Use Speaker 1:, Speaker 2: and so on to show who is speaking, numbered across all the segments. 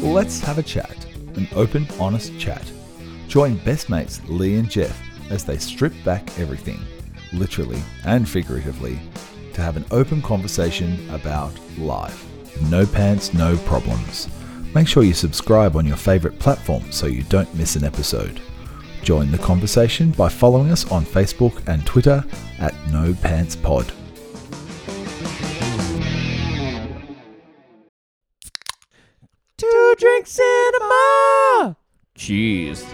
Speaker 1: Let's have a chat, an open, honest chat. Join best mates Lee and Jeff as they strip back everything, literally and figuratively, to have an open conversation about life. No pants, no problems. Make sure you subscribe on your favorite platform so you don't miss an episode. Join the conversation by following us on Facebook and Twitter at No Pants Pod.
Speaker 2: Two Drink Cinema. Jeez.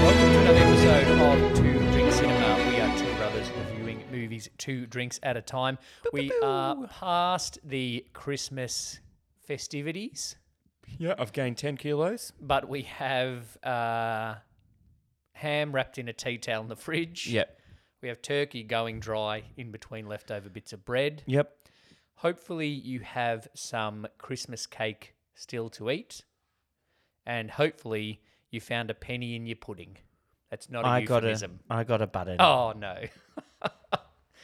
Speaker 3: Welcome to another episode of Two Drink Cinema. We are two brothers reviewing movies two drinks at a time. We are past the Christmas festivities,
Speaker 2: Yeah, I've gained 10 kilos.
Speaker 3: but we have uh, ham wrapped in a tea towel in the fridge.
Speaker 2: Yep.
Speaker 3: We have turkey going dry in between leftover bits of bread.
Speaker 2: Yep.
Speaker 3: Hopefully, you have some Christmas cake still to eat. And hopefully, you found a penny in your pudding. That's not a
Speaker 4: I got a,
Speaker 3: euphemism.
Speaker 4: I got a button.
Speaker 3: Oh, no.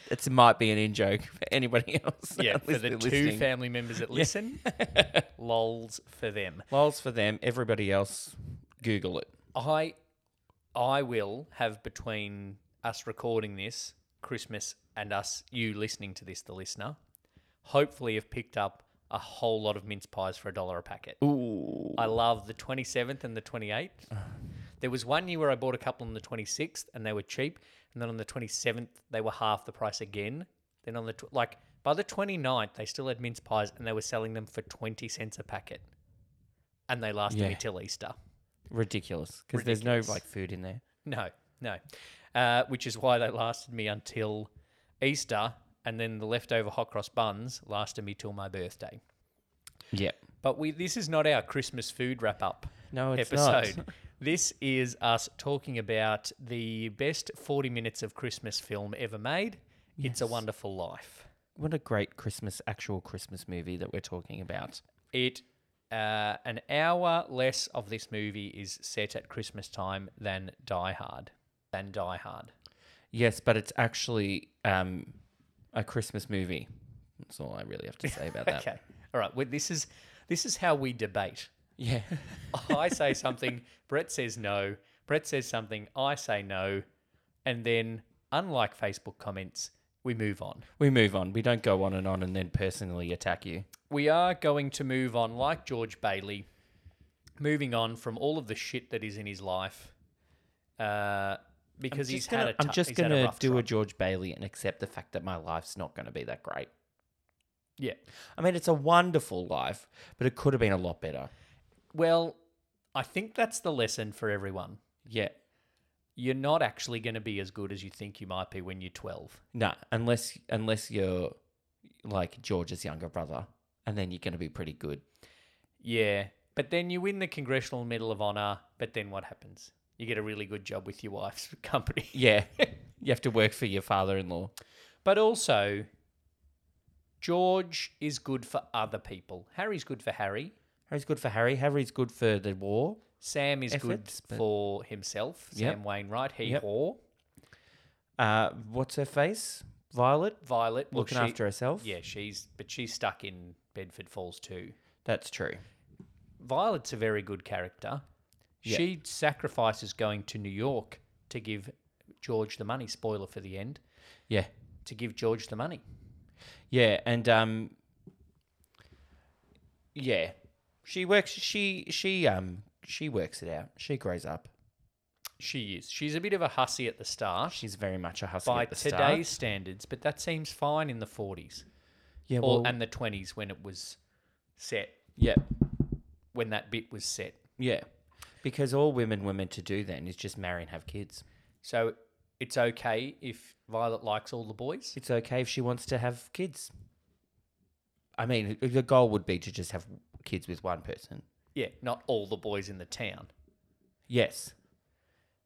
Speaker 4: It might be an in joke for anybody else.
Speaker 3: Yeah, for the
Speaker 4: listening-
Speaker 3: two
Speaker 4: listening.
Speaker 3: family members that listen, lols for them.
Speaker 4: Lols for them. Everybody else, Google it.
Speaker 3: I, I will have between us recording this Christmas and us you listening to this, the listener, hopefully have picked up a whole lot of mince pies for a dollar a packet.
Speaker 4: Ooh. Ah.
Speaker 3: I love the 27th and the 28th. There was one year where I bought a couple on the 26th and they were cheap, and then on the 27th they were half the price again. Then on the tw- like by the 29th they still had mince pies and they were selling them for 20 cents a packet. And they lasted me
Speaker 4: Yeah.
Speaker 3: till Easter.
Speaker 4: Ridiculous. Because there's no
Speaker 3: Ridiculous.
Speaker 4: like food in there.
Speaker 3: No, no. Uh, which is why they lasted me until Easter and then the leftover hot cross buns lasted me till my birthday.
Speaker 4: Yeah.
Speaker 3: But we this is not our Christmas food wrap up.
Speaker 4: No, it's
Speaker 3: episode.
Speaker 4: not.
Speaker 3: This is us talking about the best 40 minutes of Christmas film ever made. It's a Wonderful Life.
Speaker 4: What a great Christmas, actual Christmas movie that we're talking about.
Speaker 3: It uh, an hour less of this movie is set at Christmas time than Die Hard. Than Die Hard.
Speaker 4: Yes, but it's actually um, a Christmas movie. That's all I really have to say about that.
Speaker 3: Okay. All right. Well, this is this is how we debate.
Speaker 4: Yeah.
Speaker 3: I say something, Brett says no. Brett says something, I say no, and then unlike Facebook comments, we move on.
Speaker 4: we move on. We don't go on and on and then personally attack you.
Speaker 3: we are going to move on, like George Bailey, moving on from all of the shit that is in his life, uh, because he's
Speaker 4: just gonna,
Speaker 3: had a.
Speaker 4: I'm
Speaker 3: tou-
Speaker 4: just
Speaker 3: he's had
Speaker 4: going to
Speaker 3: rough
Speaker 4: do a
Speaker 3: time.
Speaker 4: George Bailey and accept the fact that my life's not going to be that great.
Speaker 3: Yeah.
Speaker 4: I mean, it's a wonderful life, but it could have been a lot better.
Speaker 3: Well, I think that's the lesson for everyone.
Speaker 4: Yeah.
Speaker 3: You're not actually going to be as good as you think you might be when you're 12.
Speaker 4: No, unless unless you're like George's younger brother, and then you're going to be pretty good.
Speaker 3: Yeah. But then you win the Congressional Medal of Honor, but then what happens? You get a really good job with your wife's company.
Speaker 4: Yeah. you have to work for your father-in-law.
Speaker 3: But also, George is good for other people. Harry's good for Harry.
Speaker 4: Harry's good for Harry. Harry's good for the war.
Speaker 3: Sam is
Speaker 4: Efforts,
Speaker 3: good
Speaker 4: but-
Speaker 3: for himself.
Speaker 4: Yep.
Speaker 3: Sam Wainwright, he
Speaker 4: Yep.
Speaker 3: whore.
Speaker 4: Uh, what's her face? Violet
Speaker 3: Violet well,
Speaker 4: looking
Speaker 3: she-
Speaker 4: after herself.
Speaker 3: Yeah, she's but she's stuck in Bedford Falls too.
Speaker 4: that's true.
Speaker 3: Violet's a very good character.
Speaker 4: Yeah.
Speaker 3: She sacrifices going to New York to give George the money. Spoiler for the end.
Speaker 4: Yeah,
Speaker 3: To give George the money.
Speaker 4: Yeah, and um Yeah. She works she she um she works it out. She grows up.
Speaker 3: She is. She's a bit of a hussy at the start
Speaker 4: She's very much a hustler
Speaker 3: by
Speaker 4: at the start.
Speaker 3: today's standards, but that seems fine in the 40s
Speaker 4: Yeah,
Speaker 3: or,
Speaker 4: well,
Speaker 3: and the 20s when it was set,
Speaker 4: yeah.
Speaker 3: when that bit was set.
Speaker 4: Yeah. Because all women were meant to do then is just marry and have kids.
Speaker 3: So it's okay if Violet likes all the boys.
Speaker 4: It's okay if she wants to have kids. I mean, the goal would be to just have kids with one person.
Speaker 3: Yeah, not all the boys in the town.
Speaker 4: Yes.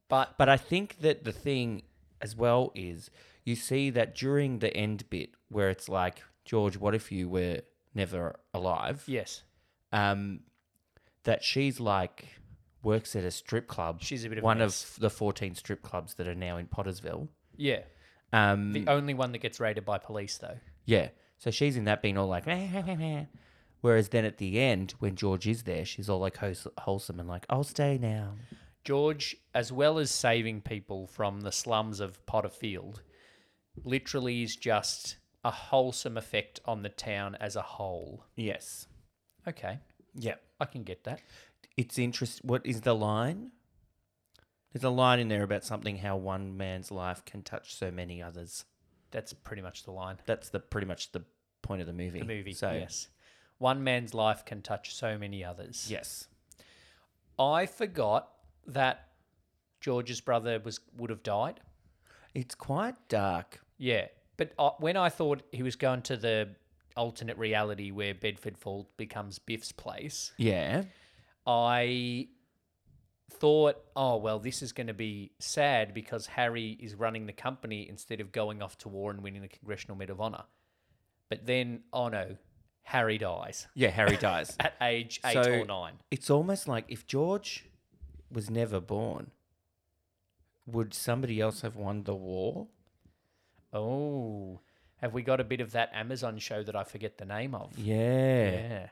Speaker 3: But
Speaker 4: But I think that the thing as well is you see that during the end bit where it's like, George, what if you were never alive?
Speaker 3: yes,
Speaker 4: Um, that she's like works at a strip club.
Speaker 3: She's a bit of a
Speaker 4: one
Speaker 3: mess.
Speaker 4: of the fourteen strip clubs that are now in Pottersville.
Speaker 3: yeah.
Speaker 4: Um,
Speaker 3: The only one that gets raided by police, though.
Speaker 4: yeah. So she's in that being all like, "Meh, meh, meh, meh." whereas then at the end when George is there, she's all like wholes- wholesome and like, "I'll stay now."
Speaker 3: George, as well as saving people from the slums of Potter Field, literally is just a wholesome effect on the town as a whole.
Speaker 4: Yes.
Speaker 3: Okay,
Speaker 4: Yeah.
Speaker 3: I can get that.
Speaker 4: It's interest. What is the line? There's a line in there about something how one man's life can touch so many others.
Speaker 3: That's pretty much the line.
Speaker 4: That's the pretty much the point of the movie.
Speaker 3: The movie,
Speaker 4: So
Speaker 3: yes. One man's life can touch so many others.
Speaker 4: Yes.
Speaker 3: I forgot that George's brother was would have died.
Speaker 4: It's quite dark.
Speaker 3: Yeah, but I, when I thought he was going to the alternate reality where Bedford Falls becomes Biff's place,
Speaker 4: Yeah.
Speaker 3: I thought, oh well, this is going to be sad because Harry is running the company instead of going off to war and winning the Congressional Medal of Honor. But then, oh no, Harry dies
Speaker 4: Yeah, Harry dies.
Speaker 3: at age eight
Speaker 4: So-
Speaker 3: or nine.
Speaker 4: it's almost like if George was never born, would somebody else have won the war?
Speaker 3: Oh, have we got a bit of that Amazon show that I forget the name of?
Speaker 4: Yeah.
Speaker 3: Yeah.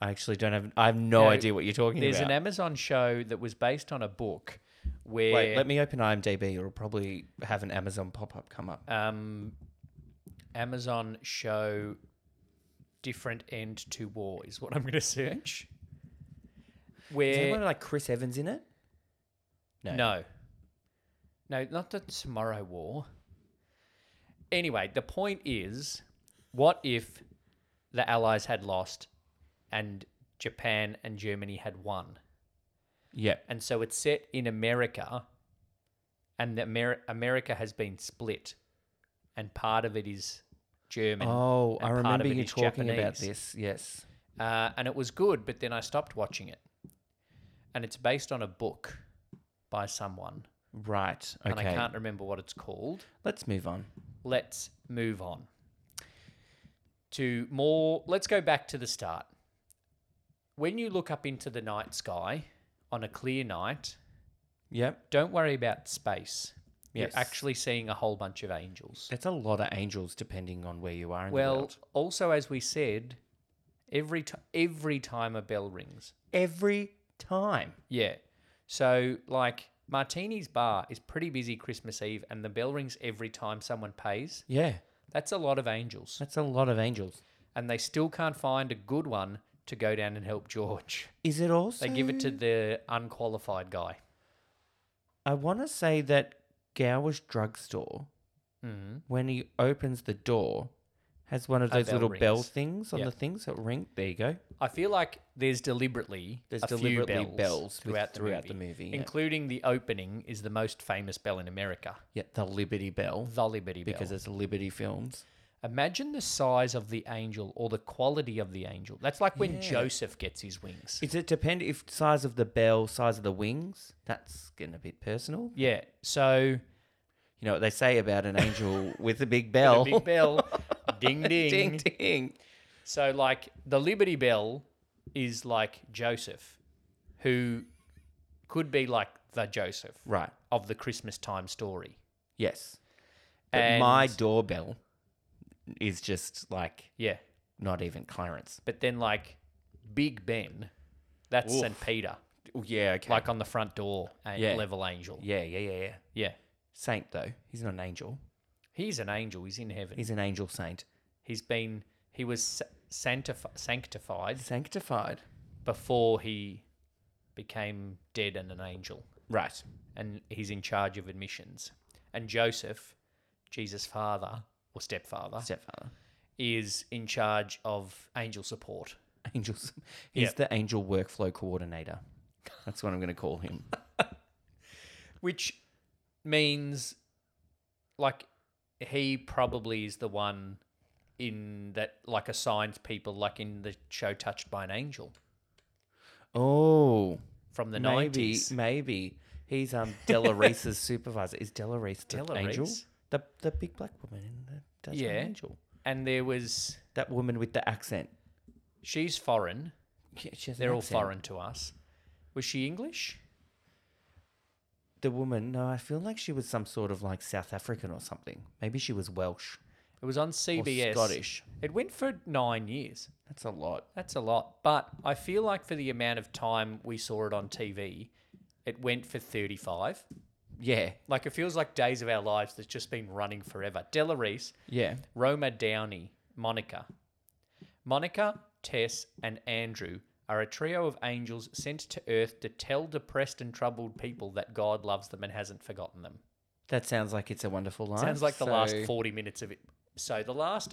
Speaker 4: I actually don't have. I have no
Speaker 3: No,
Speaker 4: idea what you're talking
Speaker 3: There's
Speaker 4: about.
Speaker 3: an Amazon show that was based on a book where
Speaker 4: Wait, let me open IMDb. It'll probably have an Amazon pop up come up.
Speaker 3: um, Amazon show different end to war is what I'm going to search.
Speaker 4: Is anyone
Speaker 3: Where
Speaker 4: like Chris Evans in it?
Speaker 3: no.
Speaker 4: No.
Speaker 3: no, not the Tomorrow War. Anyway, the point is, what if the Allies had lost and Japan and Germany had won?
Speaker 4: Yeah.
Speaker 3: and so it's set in America, and the Amer- America has been split, and part of it is German.
Speaker 4: Oh,
Speaker 3: and
Speaker 4: I
Speaker 3: part of
Speaker 4: remember
Speaker 3: it
Speaker 4: you
Speaker 3: is
Speaker 4: talking about
Speaker 3: Japanese.
Speaker 4: this. Yes.
Speaker 3: Uh, and it was good, but then I stopped watching it, and it's based on a book by someone,
Speaker 4: Right. Okay.
Speaker 3: and I can't remember what it's called.
Speaker 4: Let's move on.
Speaker 3: Let's move on to more. Let's go back to the start. When you look up into the night sky on a clear night,
Speaker 4: Yep.
Speaker 3: don't worry about space.
Speaker 4: Yes.
Speaker 3: You're actually seeing a whole bunch of angels.
Speaker 4: That's a lot of angels, depending on where you are in the
Speaker 3: Well,
Speaker 4: world.
Speaker 3: also as we said, every t- every time a bell rings,
Speaker 4: Every time.
Speaker 3: yeah. So like Martini's bar is pretty busy Christmas Eve, and the bell rings every time someone pays.
Speaker 4: Yeah.
Speaker 3: That's a lot of angels,
Speaker 4: That's a lot of angels.
Speaker 3: and they still can't find a good one to go down and help George.
Speaker 4: Is it also?
Speaker 3: They give it to the unqualified guy.
Speaker 4: I want to say that Gower's drugstore,
Speaker 3: Mm-hmm.
Speaker 4: when he opens the door, has one of
Speaker 3: A
Speaker 4: those
Speaker 3: bell
Speaker 4: little bell
Speaker 3: rings.
Speaker 4: things on
Speaker 3: Yeah.
Speaker 4: the things that ring. There you go.
Speaker 3: I feel like there's deliberately
Speaker 4: There's
Speaker 3: a few
Speaker 4: deliberately
Speaker 3: bells,
Speaker 4: bells with-
Speaker 3: throughout, the,
Speaker 4: throughout
Speaker 3: movie,
Speaker 4: the movie, yeah.
Speaker 3: including the opening is the most famous bell in America,
Speaker 4: Yeah, the Liberty Bell
Speaker 3: the Liberty Bell.
Speaker 4: because it's Liberty Films.
Speaker 3: Imagine the size of the angel or the quality of the angel. That's like when
Speaker 4: Yeah.
Speaker 3: Joseph gets his wings.
Speaker 4: Is it depend if size of the bell, size of the wings? That's getting a bit personal.
Speaker 3: yeah. So
Speaker 4: You know what they say about an angel with a big bell.
Speaker 3: the big bell, ding ding.
Speaker 4: ding ding.
Speaker 3: So like the Liberty Bell is like Joseph, who could be like the Joseph
Speaker 4: Right.
Speaker 3: of the Christmas time story.
Speaker 4: Yes. But my
Speaker 3: And-
Speaker 4: doorbell is just like
Speaker 3: Yeah.
Speaker 4: not even Clarence.
Speaker 3: But then like Big Ben, that's St. Peter,
Speaker 4: Oh, yeah, okay.
Speaker 3: like on the front door a
Speaker 4: Yeah.
Speaker 3: level angel. Yeah.
Speaker 4: yeah, yeah, yeah, yeah. Saint though. He's not an angel.
Speaker 3: He's an angel. He's in heaven.
Speaker 4: He's an angel saint.
Speaker 3: he's been he was sa- sanctifi- sanctified
Speaker 4: Sanctified.
Speaker 3: before he became dead and an angel
Speaker 4: Right.
Speaker 3: and he's in charge of admissions and joseph jesus father or stepfather
Speaker 4: Stepfather.
Speaker 3: is in charge of angel support
Speaker 4: Angels. He's
Speaker 3: Yeah.
Speaker 4: the angel workflow coordinator. That's what I'm going to call him.
Speaker 3: which means like he probably is the one in that like assigns people like in the show touched by an angel
Speaker 4: Oh,
Speaker 3: from the
Speaker 4: maybe,
Speaker 3: 90s
Speaker 4: maybe he's um Della Reese's supervisor. Is Della Reese the
Speaker 3: Della
Speaker 4: angel?
Speaker 3: Reese?
Speaker 4: The the big black woman in the that's
Speaker 3: Yeah.
Speaker 4: yeah. angel.
Speaker 3: and there was
Speaker 4: That woman with the accent.
Speaker 3: she's foreign
Speaker 4: Yeah, she has an
Speaker 3: They're all
Speaker 4: accent.
Speaker 3: foreign to us. Was she English?
Speaker 4: The woman. No, I feel like she was some sort of like South African or something. Maybe she was Welsh.
Speaker 3: It was on
Speaker 4: Or
Speaker 3: CBS.
Speaker 4: Scottish.
Speaker 3: It went for nine years.
Speaker 4: That's a lot.
Speaker 3: That's a lot. But I feel like for the amount of time we saw it on TV, it went for 35.
Speaker 4: Yeah.
Speaker 3: Like it feels like Days of Our Lives that's just been running forever. Della Reese,
Speaker 4: Yeah.
Speaker 3: Roma Downey, Monica. Monica, Tess, and Andrew are a trio of angels sent to Earth to tell depressed and troubled people that God loves them and hasn't forgotten them.
Speaker 4: That sounds like it's a wonderful life.
Speaker 3: Sounds like the last
Speaker 4: so-
Speaker 3: 40 minutes of it. So the last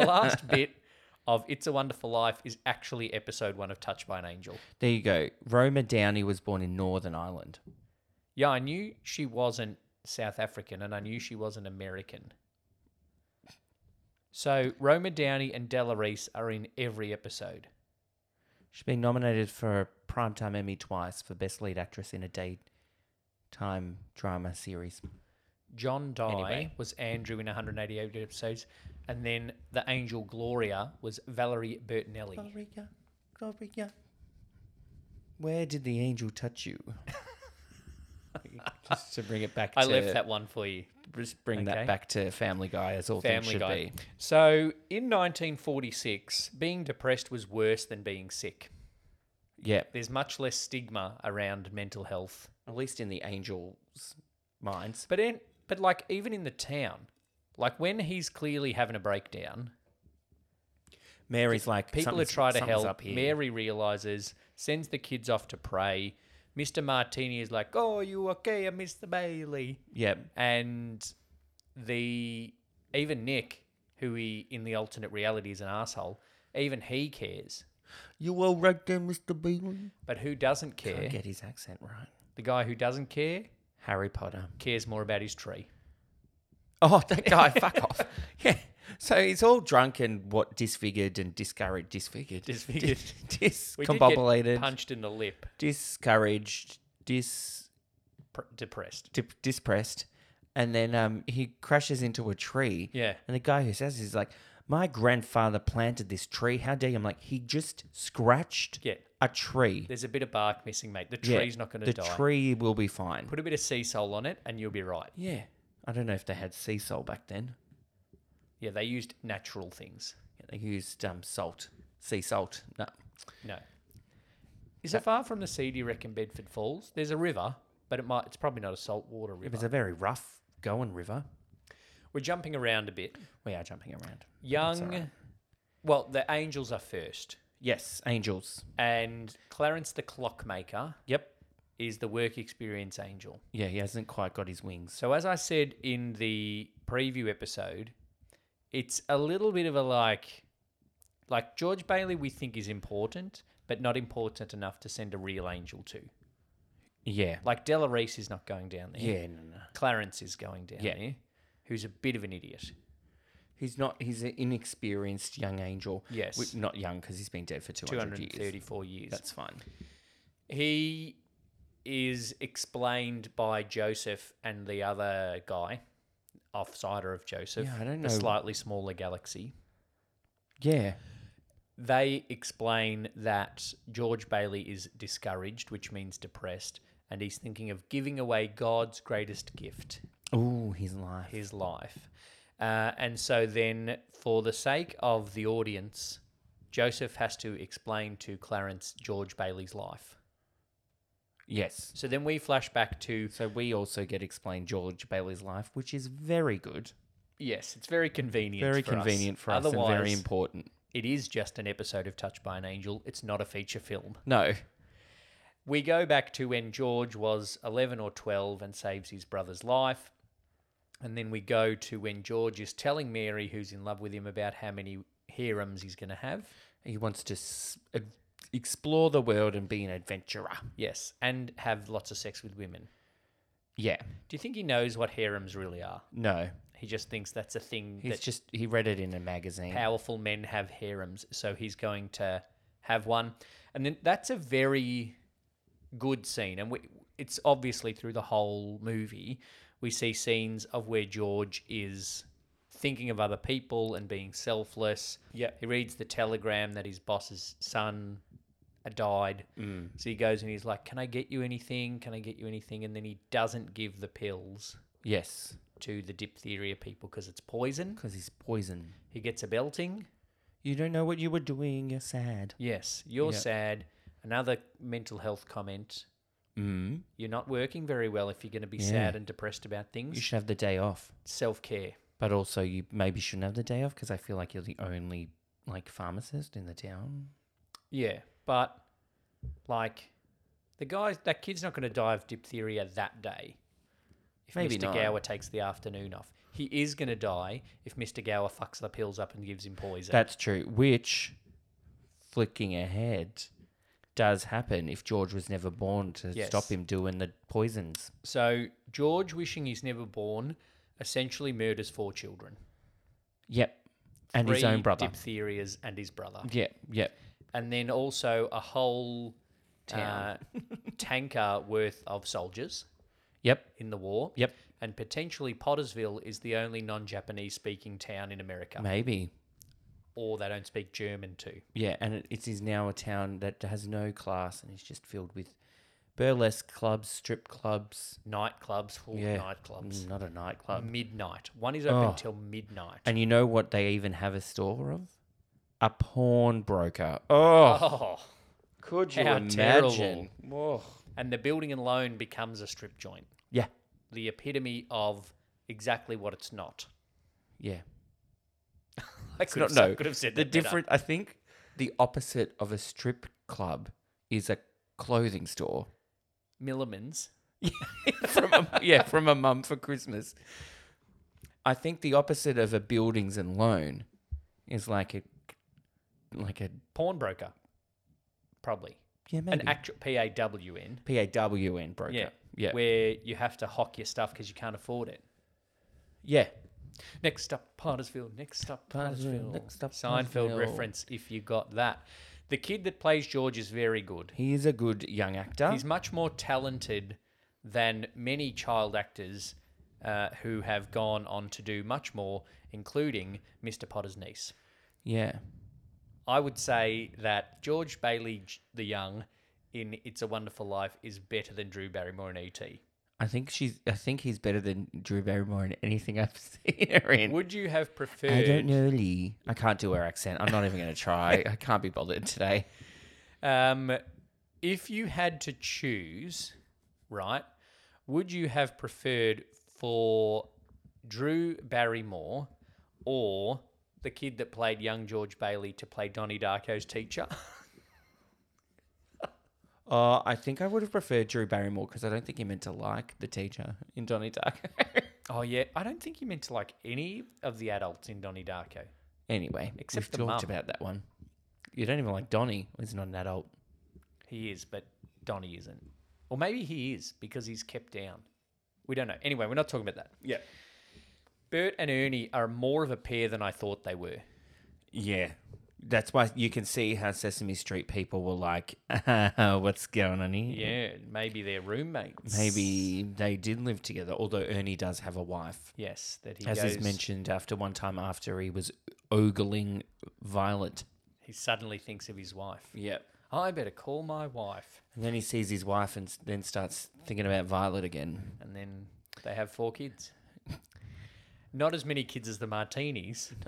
Speaker 3: last bit of It's a Wonderful Life is actually episode 1 of Touched by an Angel.
Speaker 4: There you go. Roma Downey was born in Northern Ireland.
Speaker 3: Yeah, I knew she wasn't South African and I knew she wasn't American. So Roma Downey and Della Reese are in every episode.
Speaker 4: She's been nominated for a Primetime Emmy twice for Best Lead Actress in a Daytime Drama Series.
Speaker 3: John Dye
Speaker 4: Anyway.
Speaker 3: was Andrew in 188 episodes, and then the angel Gloria was Valerie Bertinelli.
Speaker 4: Gloria, Gloria. Where did the angel touch you? Just to bring it back
Speaker 3: I
Speaker 4: to,
Speaker 3: left that one for you.
Speaker 4: Just bring
Speaker 3: Okay.
Speaker 4: that back to Family Guy as all things
Speaker 3: Family
Speaker 4: should
Speaker 3: Guy.
Speaker 4: be.
Speaker 3: So in 1946, being depressed was worse than being sick.
Speaker 4: Yeah.
Speaker 3: There's much less stigma around mental health.
Speaker 4: At least in the angels' minds.
Speaker 3: But in, but like even in the town, like when he's clearly having a breakdown,
Speaker 4: Mary's like
Speaker 3: people
Speaker 4: "Something's-
Speaker 3: who try to
Speaker 4: something's
Speaker 3: help.
Speaker 4: Up here.
Speaker 3: Mary realizes, sends the kids off to pray. Mr. Martini is like, "Oh, you okay, uh, Mr. Bailey?"
Speaker 4: Yeah.
Speaker 3: and the even Nick, who he in the alternate reality is an asshole, even he cares.
Speaker 4: You all right there, Mister Beelan?
Speaker 3: But who doesn't care?
Speaker 4: Get his accent right.
Speaker 3: The guy who doesn't care
Speaker 4: Harry Potter.
Speaker 3: cares more about his tree.
Speaker 4: Oh, that guy, fuck off. Yeah. So he's all drunk and what disfigured and discouraged, disfigured,
Speaker 3: Disfigured.
Speaker 4: dis,
Speaker 3: We did get
Speaker 4: discombobulated,
Speaker 3: punched in the lip,
Speaker 4: discouraged, dis,
Speaker 3: pr- depressed.
Speaker 4: dip, dispressed, and then um he crashes into a tree.
Speaker 3: Yeah.
Speaker 4: And the guy who says is like, my grandfather planted this tree. How dare you? I'm like, he just scratched
Speaker 3: Yeah.
Speaker 4: a tree.
Speaker 3: There's a bit of bark missing, mate. The
Speaker 4: Yeah.
Speaker 3: tree's not going
Speaker 4: The
Speaker 3: to die.
Speaker 4: tree will be fine.
Speaker 3: Put a bit of sea salt on it, and you'll be right.
Speaker 4: yeah. I don't know if they had sea salt back then.
Speaker 3: Yeah, they used natural things.
Speaker 4: Yeah, they used um salt, sea salt. No.
Speaker 3: No. Is it far from the sea? Do you reckon Bedford Falls? There's a river, but it might. It's probably not a saltwater
Speaker 4: It
Speaker 3: river.
Speaker 4: was a very rough going river.
Speaker 3: We're jumping around a bit.
Speaker 4: We are jumping around.
Speaker 3: Young.
Speaker 4: alright.
Speaker 3: Well, the angels are first,
Speaker 4: Yes, angels.
Speaker 3: and Clarence the clockmaker
Speaker 4: Yep.
Speaker 3: is the work experience angel.
Speaker 4: Yeah, he hasn't quite got his wings.
Speaker 3: So, as I said in the preview episode, it's a little bit of a like, like George Bailey, we think is important, but not important enough to send a real angel to.
Speaker 4: Yeah.
Speaker 3: Like Della Reese is not going down there.
Speaker 4: Yeah, no, no.
Speaker 3: Clarence is going down
Speaker 4: Yeah.
Speaker 3: there, who's a bit of an idiot.
Speaker 4: He's not. He's an inexperienced young angel.
Speaker 3: Yes.
Speaker 4: Wi- not young because he's been dead for two hundred years.
Speaker 3: 234 years.
Speaker 4: That's fine.
Speaker 3: He is explained by Joseph and the other guy, offsider of Joseph,
Speaker 4: Yeah, I don't
Speaker 3: the
Speaker 4: know.
Speaker 3: slightly smaller galaxy.
Speaker 4: Yeah.
Speaker 3: They explain that George Bailey is discouraged, which means depressed, and he's thinking of giving away God's greatest gift,
Speaker 4: Ooh, his life.
Speaker 3: his life. Uh, and so then, for the sake of the audience, Joseph has to explain to Clarence George Bailey's life.
Speaker 4: Yes.
Speaker 3: So then we flash back to
Speaker 4: So we also get explained George Bailey's life, which is very good,
Speaker 3: Yes, it's very convenient.
Speaker 4: very
Speaker 3: for us.
Speaker 4: convenient for us,
Speaker 3: Otherwise,
Speaker 4: and very important.
Speaker 3: it is just an episode of Touched by an Angel. It's not a feature film.
Speaker 4: No.
Speaker 3: We go back to when George was 11 or 12 and saves his brother's life. And then we go to when George is telling Mary, who's in love with him, about how many harems he's going to have.
Speaker 4: He wants to s- ad- explore the world and be an adventurer.
Speaker 3: Yes, and have lots of sex with women.
Speaker 4: Yeah.
Speaker 3: Do you think he knows what harems really are?
Speaker 4: No.
Speaker 3: He just thinks that's a thing
Speaker 4: He's
Speaker 3: that
Speaker 4: just he read it in a magazine.
Speaker 3: powerful men have harems, so he's going to have one. And then that's a very good scene, and we, it's obviously through the whole movie we see scenes of where George is thinking of other people and being selfless.
Speaker 4: Yeah.
Speaker 3: he reads the telegram that his boss's son had died, so he goes and he's like, "Can I get you anything? Can I get you anything?" And then he doesn't give the pills
Speaker 4: Yes.
Speaker 3: to the diphtheria people because it's poison.
Speaker 4: because he's poison.
Speaker 3: He gets a belting.
Speaker 4: You don't know what you were doing. You're sad.
Speaker 3: Yes, you're
Speaker 4: Yeah.
Speaker 3: sad. Another mental health comment.
Speaker 4: Mm.
Speaker 3: You're not working very well if you're going to be
Speaker 4: Yeah.
Speaker 3: sad and depressed about
Speaker 4: You
Speaker 3: things.
Speaker 4: should have the day off,
Speaker 3: Self care.
Speaker 4: but also you maybe shouldn't have the day off because I feel like you're the only like pharmacist in the town.
Speaker 3: Yeah, but like the guy, that kid's not going to die of diphtheria that day. If
Speaker 4: Maybe
Speaker 3: Mr.
Speaker 4: not.
Speaker 3: Gower takes the afternoon off, he is going to die if Mr. Gower fucks the pills up and gives him poison.
Speaker 4: That's true. Which, flicking ahead, does happen if George was never born to
Speaker 3: Yes.
Speaker 4: stop him doing the poisons.
Speaker 3: so George, wishing he's never born, essentially murders four children,
Speaker 4: Yep. And his
Speaker 3: Three
Speaker 4: own brother.
Speaker 3: diphtherias, and his brother.
Speaker 4: Yep. Yep.
Speaker 3: and then also a whole
Speaker 4: Town.
Speaker 3: uh, tanker worth of soldiers
Speaker 4: Yep.
Speaker 3: in the war.
Speaker 4: Yep.
Speaker 3: And potentially Pottersville is the only non-Japanese speaking town in America,
Speaker 4: Maybe.
Speaker 3: or they don't speak German too.
Speaker 4: Yeah. And it, it is now a town that has no class and is just filled with burlesque clubs, strip clubs. Mm.
Speaker 3: Nightclubs, full
Speaker 4: Yeah.
Speaker 3: nightclubs,
Speaker 4: Not a nightclub.
Speaker 3: midnight. One is open
Speaker 4: Oh.
Speaker 3: until midnight.
Speaker 4: And you know what they even have a store of? A pawnbroker. Oh,
Speaker 3: oh,
Speaker 4: could
Speaker 3: how terrible!
Speaker 4: Whoa.
Speaker 3: And the building and loan becomes a strip joint,
Speaker 4: Yeah.
Speaker 3: the epitome of exactly what it's not.
Speaker 4: Yeah.
Speaker 3: I could,
Speaker 4: not-
Speaker 3: have, said-
Speaker 4: no,
Speaker 3: could have said
Speaker 4: the
Speaker 3: that better.
Speaker 4: different i think the opposite of a strip club is a clothing store
Speaker 3: Millerman's.
Speaker 4: from a, yeah from a mum for christmas i think the opposite of a buildings and loan is like a like a
Speaker 3: pawnbroker, probably
Speaker 4: yeah maybe
Speaker 3: an actual P A W N.
Speaker 4: pawn broker
Speaker 3: Yeah,
Speaker 4: yeah
Speaker 3: Where you have to hock your stuff because you can't afford it.
Speaker 4: yeah
Speaker 3: Next up, Pottersville. Next up,
Speaker 4: Pottersville,
Speaker 3: Pottersville.
Speaker 4: next up,
Speaker 3: Seinfeld
Speaker 4: Pottersville.
Speaker 3: reference. If you got that, the kid that plays George is very good.
Speaker 4: he is a good young actor
Speaker 3: He's much more talented than many child actors uh, who have gone on to do much more, including Mr. Potter's niece.
Speaker 4: yeah
Speaker 3: I would say that George Bailey J- the Young in It's a Wonderful Life is better than Drew Barrymore in E E.T.
Speaker 4: i think she's i think he's better than drew barrymore in anything i've seen her in
Speaker 3: Would you have preferred?
Speaker 4: I don't know Lee. I can't do her accent. I'm not even going to try. I can't be bothered today.
Speaker 3: Um, if you had to choose, right, would you have preferred for Drew Barrymore or the kid that played young George Bailey to play Donnie Darko's teacher?
Speaker 4: Uh, I think I would have preferred Drew Barrymore because I don't think he meant to like the teacher in Donnie Darko.
Speaker 3: oh yeah, I don't think you meant to like any of the adults in Donnie Darko.
Speaker 4: anyway,
Speaker 3: Except
Speaker 4: we've
Speaker 3: the
Speaker 4: talked
Speaker 3: mum.
Speaker 4: about that one. You don't even like Donnie. He's not an adult.
Speaker 3: He is, but Donnie isn't. Or maybe he is because he's kept down. We don't know. Anyway, we're not talking about that.
Speaker 4: Yeah.
Speaker 3: Bert and Ernie are more of a pair than I thought they were.
Speaker 4: Yeah. That's why you can see how Sesame Street people were like, what's going on here?
Speaker 3: Yeah, maybe they're roommates.
Speaker 4: Maybe they did live together, although Ernie does have a wife.
Speaker 3: Yes, that he
Speaker 4: As
Speaker 3: goes,
Speaker 4: is mentioned after one time after he was ogling Violet.
Speaker 3: He suddenly thinks of his wife.
Speaker 4: Yep.
Speaker 3: I better call my wife.
Speaker 4: And then he sees his wife and s- then starts thinking about Violet again.
Speaker 3: And then they have four kids. Not as many kids as the Martinis.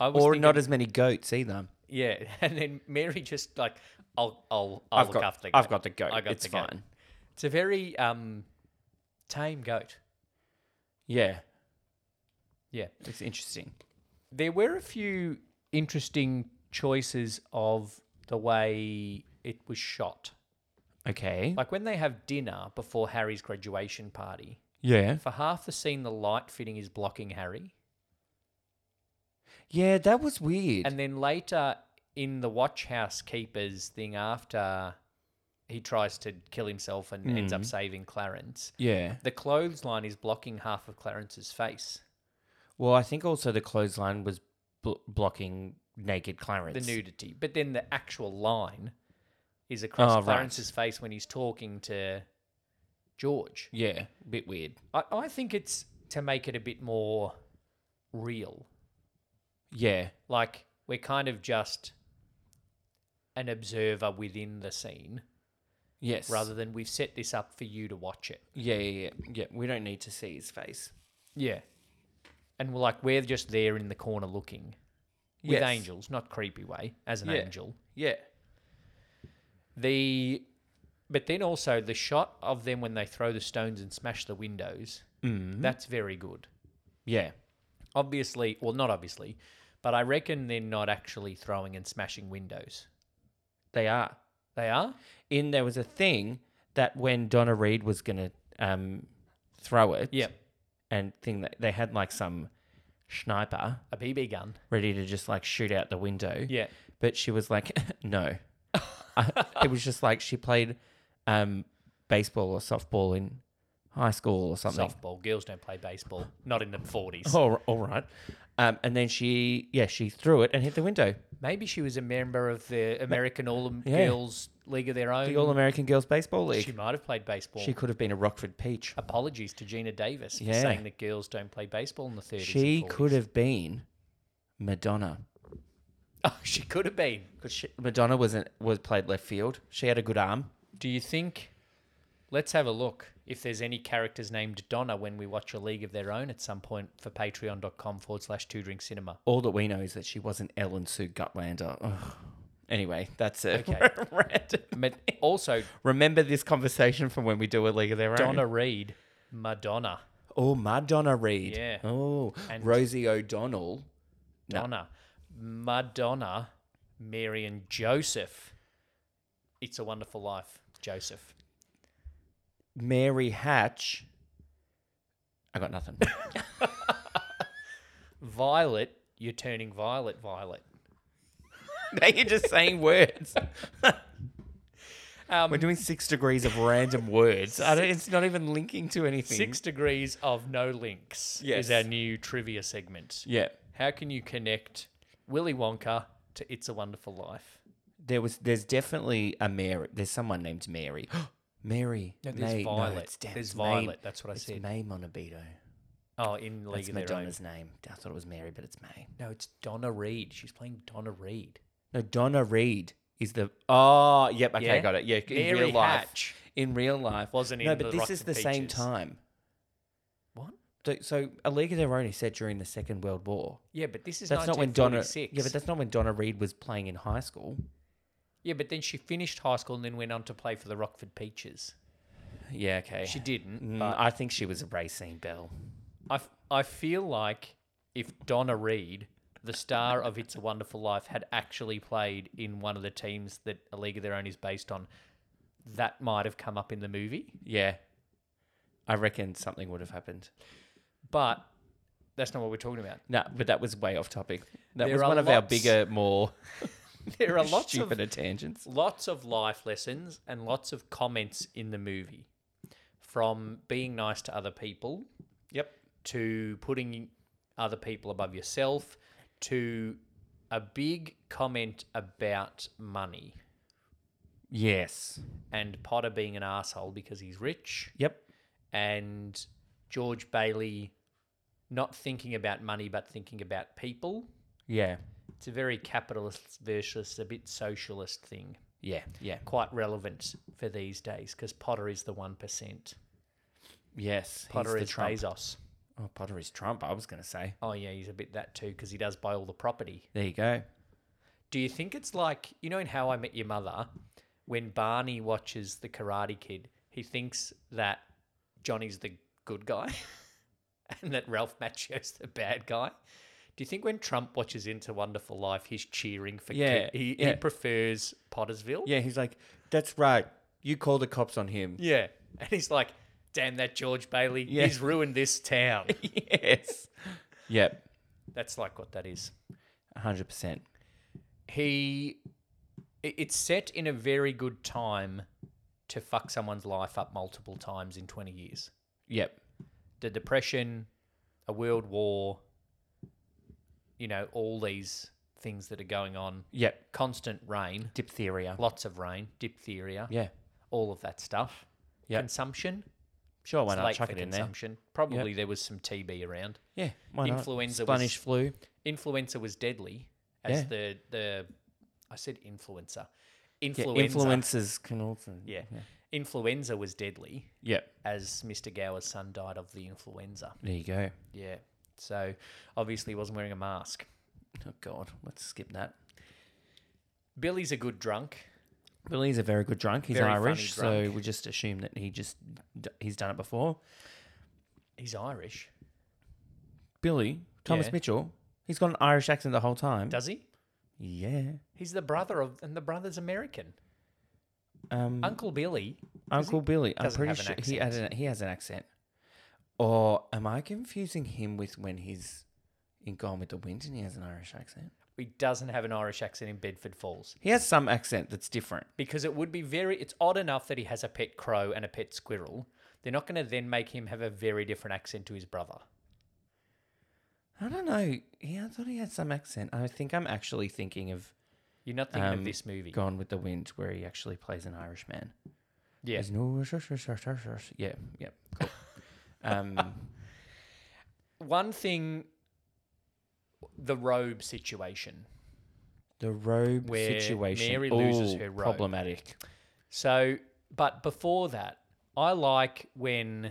Speaker 3: I was
Speaker 4: Or
Speaker 3: thinking-
Speaker 4: not as many goats either.
Speaker 3: Yeah, and then Mary just like, I'll, I'll, I'll look after the goat.
Speaker 4: I've got the goat.
Speaker 3: I got
Speaker 4: it's
Speaker 3: the goat.
Speaker 4: fine.
Speaker 3: It's a very um, tame goat.
Speaker 4: Yeah,
Speaker 3: Yeah.
Speaker 4: it's interesting.
Speaker 3: There were a few interesting choices of the way it was shot.
Speaker 4: Okay.
Speaker 3: Like when they have dinner before Harry's graduation party,
Speaker 4: Yeah.
Speaker 3: for half the scene, the light fitting is blocking Harry.
Speaker 4: Yeah, that was weird.
Speaker 3: And then later in the watch house keeper's thing after he tries to kill himself and ends
Speaker 4: Mm.
Speaker 3: up saving Clarence,
Speaker 4: yeah.
Speaker 3: the clothesline is blocking half of Clarence's face.
Speaker 4: Well, I think also the clothesline was bl- blocking naked Clarence.
Speaker 3: the nudity. But then the actual line is across
Speaker 4: Oh, right.
Speaker 3: Clarence's face when he's talking to George.
Speaker 4: Yeah, bit weird.
Speaker 3: I, I think it's to make it a bit more real.
Speaker 4: Yeah.
Speaker 3: Like we're kind of just an observer within the scene
Speaker 4: Yes.
Speaker 3: rather than we've set this up for you to watch it.
Speaker 4: Yeah, yeah, yeah. Yeah, we don't need to see his face.
Speaker 3: Yeah. And we're like, we're just there in the corner looking with
Speaker 4: Yes.
Speaker 3: angels, not creepy way, as an
Speaker 4: Yeah.
Speaker 3: angel.
Speaker 4: Yeah.
Speaker 3: The, but then also the shot of them when they throw the stones and smash the windows.
Speaker 4: Mm.
Speaker 3: That's very good.
Speaker 4: Yeah.
Speaker 3: Obviously, well, not obviously, but I reckon they're not actually throwing and smashing windows.
Speaker 4: They are.
Speaker 3: They are.
Speaker 4: In there was a thing that when Donna Reed was gonna um, throw it.
Speaker 3: Yep.
Speaker 4: And thing that they had like some sniper
Speaker 3: A BB gun.
Speaker 4: ready to just like shoot out the window.
Speaker 3: Yeah.
Speaker 4: But she was like, no. it was just like she played um, baseball or softball in high school or something.
Speaker 3: Softball. Girls don't play baseball. Not in the forties.
Speaker 4: All, all right. Um, and then she, yeah, she threw it and hit the window.
Speaker 3: Maybe she was a member of the American All
Speaker 4: Yeah.
Speaker 3: Girls League of Their Own.
Speaker 4: The All American Girls Baseball League.
Speaker 3: She might have played baseball.
Speaker 4: She could have been a Rockford Peach.
Speaker 3: Apologies to Gina Davis for
Speaker 4: Yeah.
Speaker 3: saying that girls don't play baseball in the 30s.
Speaker 4: She
Speaker 3: and 40s.
Speaker 4: could have been Madonna
Speaker 3: Oh, she could have been.
Speaker 4: because Madonna was in, was played left field. She had a good arm.
Speaker 3: Do you think? Let's have a look if there's any characters named Donna when we watch a League of Their Own at some point for patreon.com forward slash two drink cinema.
Speaker 4: All that we know is that she wasn't Ellen Sue Gutlander. Ugh. Anyway, that's it.
Speaker 3: Okay.
Speaker 4: Random.
Speaker 3: But also,
Speaker 4: Remember this conversation from when we do a League of Their Own.
Speaker 3: Donna Reed, Madonna,
Speaker 4: Oh, Madonna Reed.
Speaker 3: Yeah.
Speaker 4: Oh,
Speaker 3: And-
Speaker 4: Rosie O'Donnell.
Speaker 3: Donna, Madonna, Mary and Joseph. It's a Wonderful Life, Joseph.
Speaker 4: Mary Hatch. I got nothing.
Speaker 3: Violet, you're turning violet, violet.
Speaker 4: now you're just saying words.
Speaker 3: Um,
Speaker 4: We're doing six degrees of random words. I don't, it's not even linking to anything.
Speaker 3: Six degrees of no links
Speaker 4: Yes.
Speaker 3: is our new trivia segment.
Speaker 4: Yeah.
Speaker 3: How can you connect Willy Wonka to It's a Wonderful Life?
Speaker 4: There was. There's definitely a Mary. There's someone named Mary. Mary.
Speaker 3: No, there's
Speaker 4: May-
Speaker 3: Violet.
Speaker 4: it's damn-
Speaker 3: There's
Speaker 4: it's
Speaker 3: Violet.
Speaker 4: May-
Speaker 3: That's what I
Speaker 4: it's
Speaker 3: said.
Speaker 4: May Monobito.
Speaker 3: Oh, in League
Speaker 4: That's
Speaker 3: of Their Own.
Speaker 4: Madonna's name. I thought it was Mary, but it's May.
Speaker 3: No, it's Donna Reed. She's playing Donna Reed.
Speaker 4: No, Donna Reed is the. Oh, yep. Okay,
Speaker 3: Yeah?
Speaker 4: got it. Yeah, in
Speaker 3: Mary
Speaker 4: real life.
Speaker 3: Hatch.
Speaker 4: In real life,
Speaker 3: Wasn't
Speaker 4: no,
Speaker 3: in
Speaker 4: but
Speaker 3: the
Speaker 4: this
Speaker 3: Rocks
Speaker 4: is
Speaker 3: and
Speaker 4: the same
Speaker 3: Peaches.
Speaker 4: time.
Speaker 3: What?
Speaker 4: So, so a League of Their Own is set during the Second World War.
Speaker 3: Yeah, but this is
Speaker 4: That's not when Donna.
Speaker 3: 1946.
Speaker 4: Yeah, but that's not when Donna Reed was playing in high school.
Speaker 3: yeah, but then she finished high school and then went on to play for the Rockford Peaches.
Speaker 4: Yeah, okay.
Speaker 3: She didn't,
Speaker 4: Mm,
Speaker 3: but
Speaker 4: I think she was a Racine Bell.
Speaker 3: I, f- I feel like if Donna Reed, the star of It's a Wonderful Life, had actually played in one of the teams that A League of Their Own is based on, that might have come up in the movie.
Speaker 4: Yeah, I reckon something would have happened.
Speaker 3: But that's not what we're talking about.
Speaker 4: No, but that was way off topic. That
Speaker 3: There
Speaker 4: was
Speaker 3: are
Speaker 4: one of our
Speaker 3: lots-
Speaker 4: bigger, more
Speaker 3: There are lots of
Speaker 4: stupider tangents.
Speaker 3: lots of life lessons and lots of comments in the movie from being nice to other people
Speaker 4: Yep.
Speaker 3: to putting other people above yourself to a big comment about money.
Speaker 4: Yes.
Speaker 3: and Potter being an asshole because he's rich,
Speaker 4: Yep.
Speaker 3: and George Bailey not thinking about money but thinking about people.
Speaker 4: Yeah.
Speaker 3: It's a very capitalist versus a bit socialist thing,
Speaker 4: Yeah. Yeah.
Speaker 3: quite relevant for these days because Potter is the one percent.
Speaker 4: Yes.
Speaker 3: Potter
Speaker 4: he's
Speaker 3: is
Speaker 4: the Trump.
Speaker 3: Bezos.
Speaker 4: Oh, Potter is Trump. I was going to say.
Speaker 3: Oh yeah, he's a bit that too because he does buy all the property.
Speaker 4: There you go.
Speaker 3: Do you think it's like you know in How I Met Your Mother, when Barney watches The Karate Kid, he thinks that Johnny's the good guy, and that Ralph Macchio's the bad guy. Do you think when Trump watches Into Wonderful Life, he's cheering for?
Speaker 4: Yeah,
Speaker 3: Kid? He,
Speaker 4: yeah.
Speaker 3: he prefers Pottersville.
Speaker 4: Yeah, he's like, that's right. You call the cops on him.
Speaker 3: yeah, and he's like, "Damn that George Bailey,
Speaker 4: Yeah.
Speaker 3: he's ruined this town."
Speaker 4: yes. Yep.
Speaker 3: That's like what that is.
Speaker 4: hundred percent.
Speaker 3: he i- it's set in a very good time to fuck someone's life up multiple times in 20 years
Speaker 4: Yep.
Speaker 3: the depression a world war you know all these things that are going on
Speaker 4: Yep.
Speaker 3: constant rain
Speaker 4: Diphtheria.
Speaker 3: lots of rain diphtheria
Speaker 4: Yeah.
Speaker 3: all of that stuff
Speaker 4: Yep.
Speaker 3: consumption
Speaker 4: Sure. Why
Speaker 3: it's
Speaker 4: not
Speaker 3: late
Speaker 4: chuck
Speaker 3: for
Speaker 4: it in there?
Speaker 3: consumption probably there was some tb around
Speaker 4: Yeah. Why not?
Speaker 3: Influenza was-
Speaker 4: Spanish flu.
Speaker 3: influenza was deadly as
Speaker 4: Yeah.
Speaker 3: the the i said influenza
Speaker 4: Yeah,
Speaker 3: influenza
Speaker 4: influences can also.
Speaker 3: Yeah. influenza was deadly,
Speaker 4: Yeah.
Speaker 3: as Mr. Gower's son died of the influenza.
Speaker 4: There you go.
Speaker 3: Yeah. So obviously he wasn't wearing a mask.
Speaker 4: Oh God, let's skip that.
Speaker 3: Billy's a good drunk.
Speaker 4: Billy's a very good drunk. He's
Speaker 3: Very funny
Speaker 4: Irish, so
Speaker 3: drunk.
Speaker 4: we just assume that he just d- he's done it before.
Speaker 3: He's Irish.
Speaker 4: Billy Thomas
Speaker 3: Yeah.
Speaker 4: Mitchell. He's got an Irish accent the whole time.
Speaker 3: Does he?
Speaker 4: yeah.
Speaker 3: He's the brother of, and the brother's American.
Speaker 4: Um,
Speaker 3: Uncle Billy.
Speaker 4: Uncle Billy. I'm
Speaker 3: Doesn't
Speaker 4: pretty
Speaker 3: have an
Speaker 4: sure he had
Speaker 3: accent.
Speaker 4: an, he has an accent. Or am I confusing him with when he's in Gone with the Wind and he has an Irish accent?
Speaker 3: He doesn't have an Irish accent in Bedford Falls
Speaker 4: He has some accent that's different.
Speaker 3: because it would be very. It's odd enough that he has a pet crow and a pet squirrel. They're not going to then make him have a very different accent to his brother.
Speaker 4: I don't know. Yeah, I thought he had some accent. I think I'm actually thinking of
Speaker 3: You're not thinking
Speaker 4: Um,
Speaker 3: of this movie.
Speaker 4: Gone with the Wind, where he actually plays an Irishman.
Speaker 3: Yeah.
Speaker 4: There's no shush, shush, shush, shush, shush. Yeah, yeah. Cool. um,
Speaker 3: One thing, the robe situation.
Speaker 4: the robe
Speaker 3: Where
Speaker 4: situation.
Speaker 3: Mary loses
Speaker 4: Ooh,
Speaker 3: her robe.
Speaker 4: Problematic.
Speaker 3: So, but before that, I like when,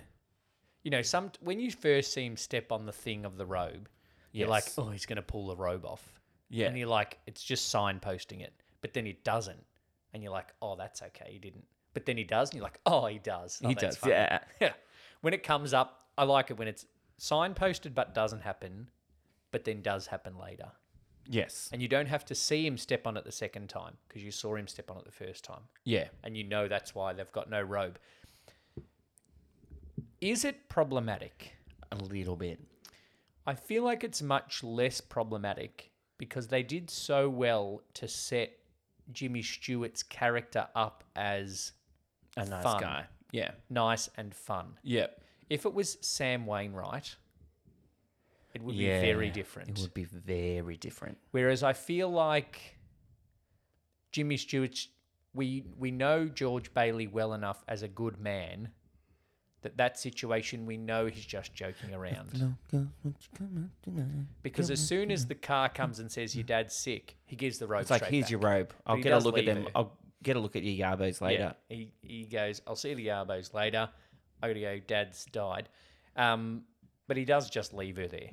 Speaker 3: you know, some when you first see him step on the thing of the robe, you're like,
Speaker 4: Yes.
Speaker 3: oh, he's going to pull the robe off.
Speaker 4: Yeah.
Speaker 3: And you're like, it's just signposting it. But then he doesn't. And you're like, oh, that's okay. He didn't. But then he does. And you're like, oh, he does. Oh,
Speaker 4: he does.
Speaker 3: that's funny.
Speaker 4: Yeah.
Speaker 3: yeah. When it comes up, I like it when it's signposted but doesn't happen, but then does happen later.
Speaker 4: Yes.
Speaker 3: And you don't have to see him step on it the second time because you saw him step on it the first time
Speaker 4: Yeah.
Speaker 3: and you know that's why they've got no robe. Is it problematic?
Speaker 4: A little bit.
Speaker 3: I feel like it's much less problematic because they did so well to set Jimmy Stewart's character up as
Speaker 4: A nice
Speaker 3: Fun.
Speaker 4: guy. Yeah.
Speaker 3: nice and fun.
Speaker 4: Yeah.
Speaker 3: If it was Sam Wainwright, it would be very different.
Speaker 4: It would be very different.
Speaker 3: Whereas I feel like Jimmy Stewart's we we know George Bailey well enough as a good man that that situation we know he's just joking around because as soon as the car comes and says your dad's sick he gives the rope
Speaker 4: It's like,
Speaker 3: straight
Speaker 4: here's
Speaker 3: back.
Speaker 4: your robe. I'll
Speaker 3: he
Speaker 4: get a
Speaker 3: does
Speaker 4: look at
Speaker 3: leave
Speaker 4: them.
Speaker 3: her.
Speaker 4: I'll get a look at your yabos later.
Speaker 3: Yeah. He he goes, I'll see the Yarbos later. I gotta go, dad's died. Um, but he does just leave her there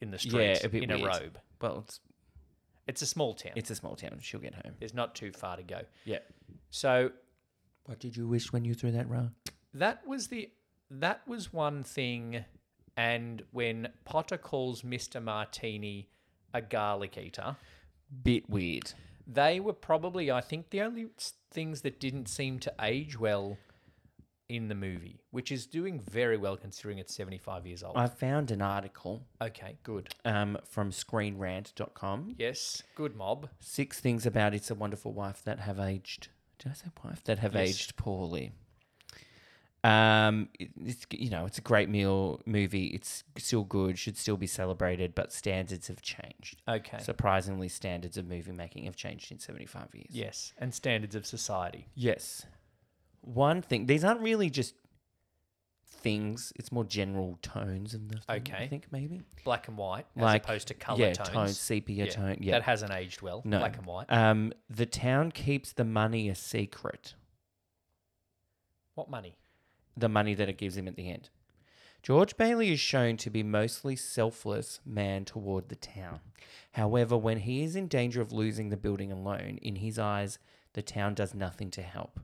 Speaker 3: in the street
Speaker 4: Yeah, a bit
Speaker 3: in a
Speaker 4: weird.
Speaker 3: robe.
Speaker 4: Well, it's
Speaker 3: It's a small town.
Speaker 4: it's a small town. She'll get home.
Speaker 3: There's not too far to go.
Speaker 4: Yeah.
Speaker 3: So
Speaker 4: What did you wish when you threw that rock?
Speaker 3: that was the that was one thing and when Potter calls Mr. Martini a garlic eater,
Speaker 4: Bit weird.
Speaker 3: they were probably I think the only s- things that didn't seem to age well in the movie, which is doing very well considering it's 75 years old.
Speaker 4: I found an article
Speaker 3: okay, good.
Speaker 4: um, from screenrant.com.
Speaker 3: Yes, good mob.
Speaker 4: Six things about It's a Wonderful Wife that have aged. Did I say wife? That have
Speaker 3: Yes.
Speaker 4: aged poorly. Um, it- it's you know it's a great meal movie. It's still good, should still be celebrated, but standards have changed.
Speaker 3: Okay.
Speaker 4: Surprisingly, standards of movie making have changed in seventy five years.
Speaker 3: yes, and standards of society.
Speaker 4: Yes. One thing. These aren't really just things. It's more general tones of the. Thing, I
Speaker 3: Okay.
Speaker 4: think maybe.
Speaker 3: Black and white as
Speaker 4: Like,
Speaker 3: opposed to color
Speaker 4: yeah,
Speaker 3: tones.
Speaker 4: tone, sepia tone, yeah.
Speaker 3: That hasn't aged well.
Speaker 4: No.
Speaker 3: Black and white.
Speaker 4: Um, the town keeps the money a secret.
Speaker 3: What money?
Speaker 4: The money that it gives him at the end. George Bailey is shown to be mostly selfless man toward the town. However, when he is in danger of losing the building alone, in his eyes, the town does nothing to help.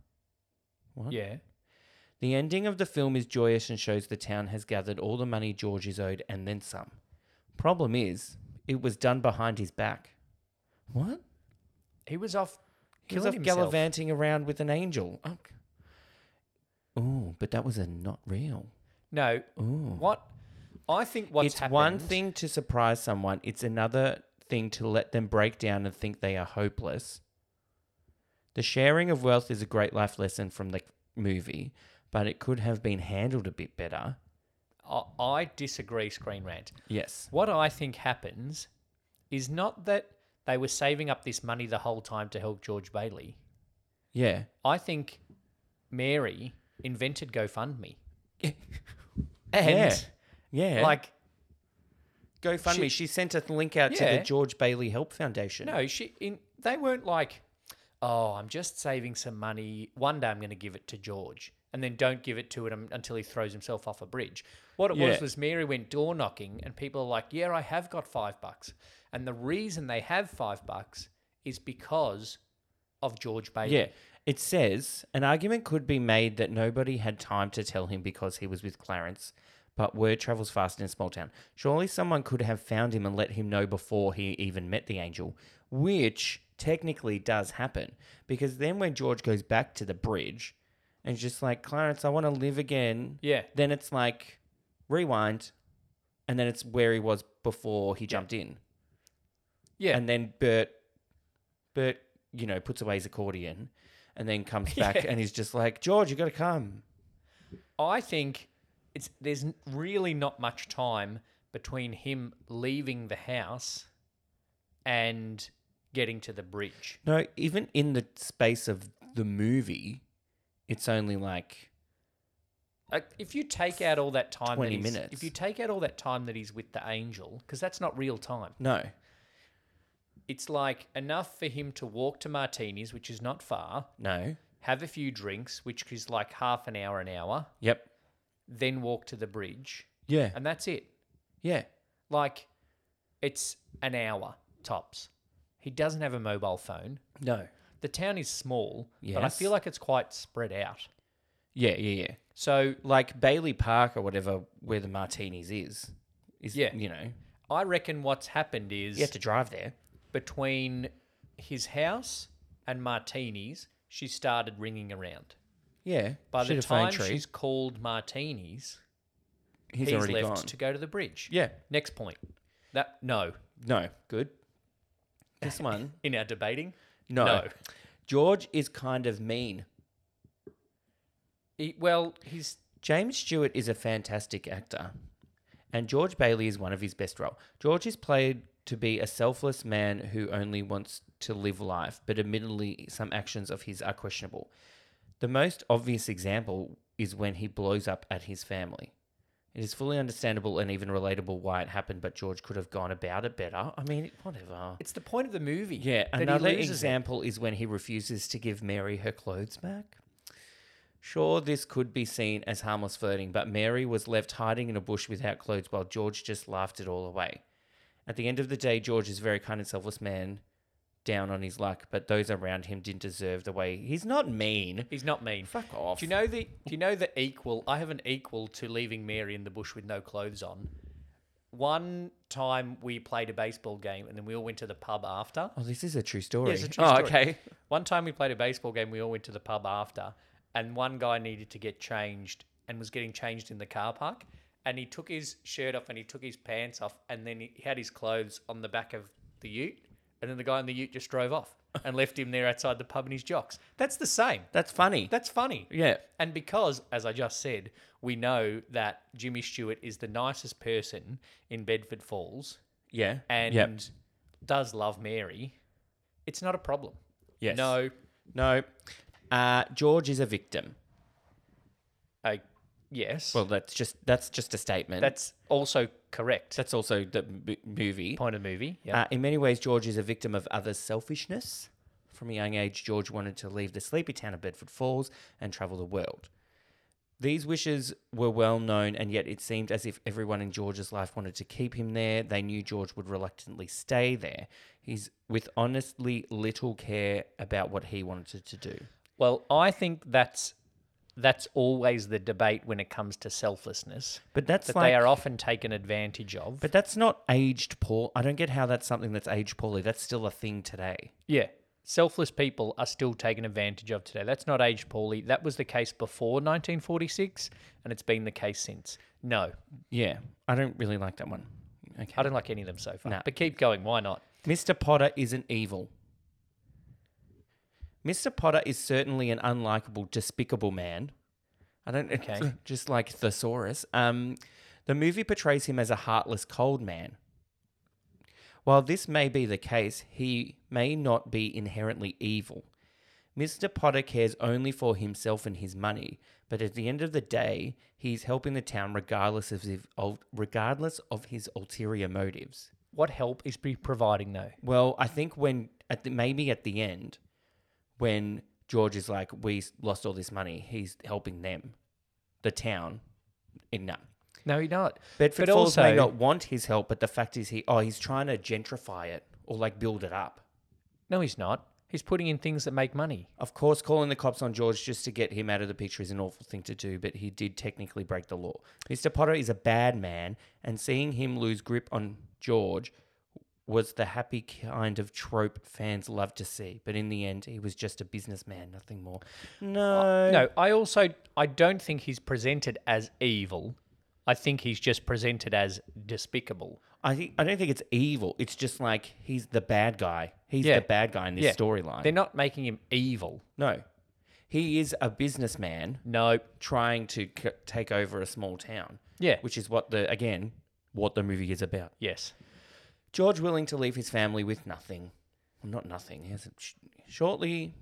Speaker 4: What?
Speaker 3: Yeah.
Speaker 4: The ending of the film is joyous and shows the town has gathered all the money George is owed and then some. Problem is, it was done behind his back. What?
Speaker 3: He was off
Speaker 4: He was
Speaker 3: killing
Speaker 4: off
Speaker 3: himself.
Speaker 4: gallivanting around with an angel. Oh, Ooh, but that was a not real.
Speaker 3: No. What? I think what's
Speaker 4: it's
Speaker 3: happened.
Speaker 4: one thing to surprise someone, it's another thing to let them break down and think they are hopeless. The sharing of wealth is a great life lesson from the movie, but it could have been handled a bit better.
Speaker 3: I, I disagree, Screen Rant.
Speaker 4: Yes.
Speaker 3: What I think happens is not that they were saving up this money the whole time to help George Bailey.
Speaker 4: Yeah.
Speaker 3: I think Mary invented GoFundMe.
Speaker 4: Yeah.
Speaker 3: and
Speaker 4: Yeah.
Speaker 3: like
Speaker 4: GoFundMe. She,
Speaker 3: she-
Speaker 4: sent a link out to
Speaker 3: Yeah.
Speaker 4: the George Bailey Help Foundation.
Speaker 3: No, she in they weren't like, oh, I'm just saving some money. One day I'm going to give it to George. And then don't give it to him until he throws himself off a bridge. What it was
Speaker 2: Yeah.
Speaker 3: was Mary went door knocking, and people are like, Yeah, I have got five bucks. And the reason they have five bucks is because of George Bailey.
Speaker 4: Yeah. It says an argument could be made that nobody had time to tell him because he was with Clarence, but word travels fast in a small town. Surely someone could have found him and let him know before he even met the angel, which technically does happen because then when George goes back to the bridge and is just like, Clarence, I want to live again,
Speaker 3: Yeah.
Speaker 4: then it's like rewind and then it's where he was before he jumped in.
Speaker 3: Yeah.
Speaker 4: And then Bert, Bert, you know, puts away his accordion and then comes back
Speaker 3: Yeah.
Speaker 4: and he's just like, George, you got to come.
Speaker 3: I think it's there's n- really not much time between him leaving the house and getting to the bridge.
Speaker 4: No, even in the space of the movie, it's only like,
Speaker 3: Like, if you take out all that time,
Speaker 4: 20
Speaker 3: that he's-
Speaker 4: minutes.
Speaker 3: If you take out all that time that he's with the angel, because that's not real time.
Speaker 4: no.
Speaker 3: It's like enough for him to walk to Martini's, which is not far,
Speaker 4: No.
Speaker 3: have a few drinks, which is like half an hour, an hour,
Speaker 4: Yep.
Speaker 3: then walk to the bridge,
Speaker 4: Yeah.
Speaker 3: and that's it.
Speaker 4: Yeah.
Speaker 3: Like, it's an hour tops. He doesn't have a mobile phone.
Speaker 4: No.
Speaker 3: The town is small, but I
Speaker 4: Yes.
Speaker 3: feel like it's quite spread out.
Speaker 4: Yeah. Yeah. Yeah.
Speaker 3: So
Speaker 4: Like Bailey Park or whatever, where the martinis is, is,
Speaker 3: Yeah.
Speaker 4: you know,
Speaker 3: I reckon what's happened is
Speaker 4: you have to drive there.
Speaker 3: between his house and Martini's, she started ringing around.
Speaker 4: Yeah.
Speaker 3: By
Speaker 4: Shoot
Speaker 3: the
Speaker 4: a phone
Speaker 3: time
Speaker 4: tree.
Speaker 3: she's called Martini's,
Speaker 4: he's,
Speaker 3: he's
Speaker 4: already
Speaker 3: left
Speaker 4: gone.
Speaker 3: to go to the bridge.
Speaker 4: yeah.
Speaker 3: Next point. That no.
Speaker 4: No. Good. This one.
Speaker 3: In our debating,
Speaker 4: No.
Speaker 3: No.
Speaker 4: George is kind of mean.
Speaker 3: he, well, he's
Speaker 4: James Stewart is a fantastic actor, and George Bailey is one of his best roles. George is played to be a selfless man who only wants to live life, but admittedly, some actions of his are questionable. The most obvious example is when he blows up at his family. It is fully understandable and even relatable why it happened, but George could have gone about it better. I mean, whatever.
Speaker 3: it's the point of the movie.
Speaker 4: Yeah,
Speaker 3: that he
Speaker 4: another
Speaker 3: loses it.
Speaker 4: example is when he refuses to give Mary her clothes back. Sure, this could be seen as harmless flirting, but Mary was left hiding in a bush without clothes while George just laughed it all away. At the end of the day, George is a very kind and selfless man, down on his luck, but those around him didn't deserve the way. He's not mean.
Speaker 3: He's not mean.
Speaker 4: Fuck off.
Speaker 3: Do you know the do you know the equal I have an equal to leaving Mary in the bush with no clothes on? One time we played a baseball game and then we all went to the pub after.
Speaker 4: Oh, this is a true story.
Speaker 3: it's a true
Speaker 4: oh,
Speaker 3: story.
Speaker 4: okay.
Speaker 3: One time we played a baseball game, we all went to the pub after, and one guy needed to get changed and was getting changed in the car park. And he took his shirt off and he took his pants off, and then he had his clothes on the back of the ute. And then the guy in the ute just drove off and left him there outside the pub in his jocks. That's the same.
Speaker 4: That's funny.
Speaker 3: That's funny.
Speaker 4: yeah.
Speaker 3: And because, as I just said, we know that Jimmy Stewart is the nicest person in Bedford Falls
Speaker 4: Yeah.
Speaker 3: and
Speaker 4: Yep.
Speaker 3: does love Mary, it's not a problem.
Speaker 4: Yes.
Speaker 3: No.
Speaker 4: No. Uh, George is a victim.
Speaker 3: Uh, yes.
Speaker 4: Well, that's just that's just a statement.
Speaker 3: that's also correct.
Speaker 4: That's also the m- movie.
Speaker 3: point of the movie. Yeah.
Speaker 4: Uh, in many ways, George is a victim of others' selfishness. From a young age, George wanted to leave the sleepy town of Bedford Falls and travel the world. These wishes were well known, and yet it seemed as if everyone in George's life wanted to keep him there. They knew George would reluctantly stay there. He's with honestly little care about what he wanted to do.
Speaker 3: well, I think that's that's always the debate when it comes to selflessness
Speaker 4: But that's
Speaker 3: that
Speaker 4: like,
Speaker 3: they are often taken advantage of.
Speaker 4: but that's not aged Paul. I don't get how that's something that's aged poorly. That's still a thing today.
Speaker 3: Yeah. Selfless people are still taken advantage of today. That's not aged poorly. That was the case before 1946, and it's been the case since. No,
Speaker 4: Yeah, I don't really like that one. Okay.
Speaker 3: I don't like any of them so far.
Speaker 4: Nah.
Speaker 3: But keep going. Why not?
Speaker 4: Mr. Potter isn't evil. Mr. Potter is certainly an unlikable, despicable man. I don't
Speaker 3: Okay.
Speaker 4: just like thesaurus. Um, the movie portrays him as a heartless, cold man. While this may be the case, he may not be inherently evil. Mr. Potter cares only for himself and his money, but at the end of the day, he's helping the town regardless of his, regardless of his ulterior motives.
Speaker 3: What help is be providing though?
Speaker 4: Well, I think when at the, maybe at the end, when George is like, we lost all this money, he's helping them, the town. In no.
Speaker 3: No, you're not.
Speaker 4: Bedford
Speaker 3: But
Speaker 4: Falls may
Speaker 3: also-
Speaker 4: not want his help, but the fact is he, oh, he's trying to gentrify it or like build it up.
Speaker 3: No, he's not. He's putting in things that make money.
Speaker 4: Of course, calling the cops on George just to get him out of the picture is an awful thing to do, but he did technically break the law. Mr. Potter is a bad man, and seeing him lose grip on George was the happy kind of trope fans love to see. But in the end, he was just a businessman, nothing more. Oh, No.
Speaker 3: No, I also I don't think he's presented as evil. I think he's just presented as despicable.
Speaker 4: I, think, I don't think it's evil. It's just like he's the bad guy. He's
Speaker 3: Yeah.
Speaker 4: the bad guy in this
Speaker 3: Yeah.
Speaker 4: storyline.
Speaker 3: They're not making him evil.
Speaker 4: no. He is a businessman
Speaker 3: No.
Speaker 4: trying to c- take over a small town.
Speaker 3: Yeah.
Speaker 4: which is what the again what the movie is about.
Speaker 3: yes.
Speaker 4: George willing to leave his family with nothing, well, not nothing. He hasn't. sh- Shortly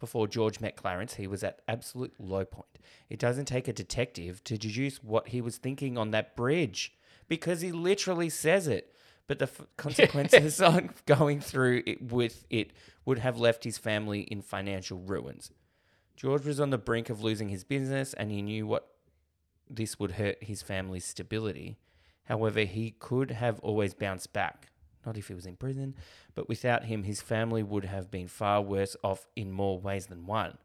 Speaker 4: before George met Clarence, he was at absolute low point. It doesn't take a detective to deduce what he was thinking on that bridge because he literally says it. But the f- consequences of going through it with it would have left his family in financial ruins. George was on the brink of losing his business, and he knew what this would hurt his family's stability. However, he could have always bounced back. Not if he was in prison, but without him, his family would have been far worse off in more ways than one.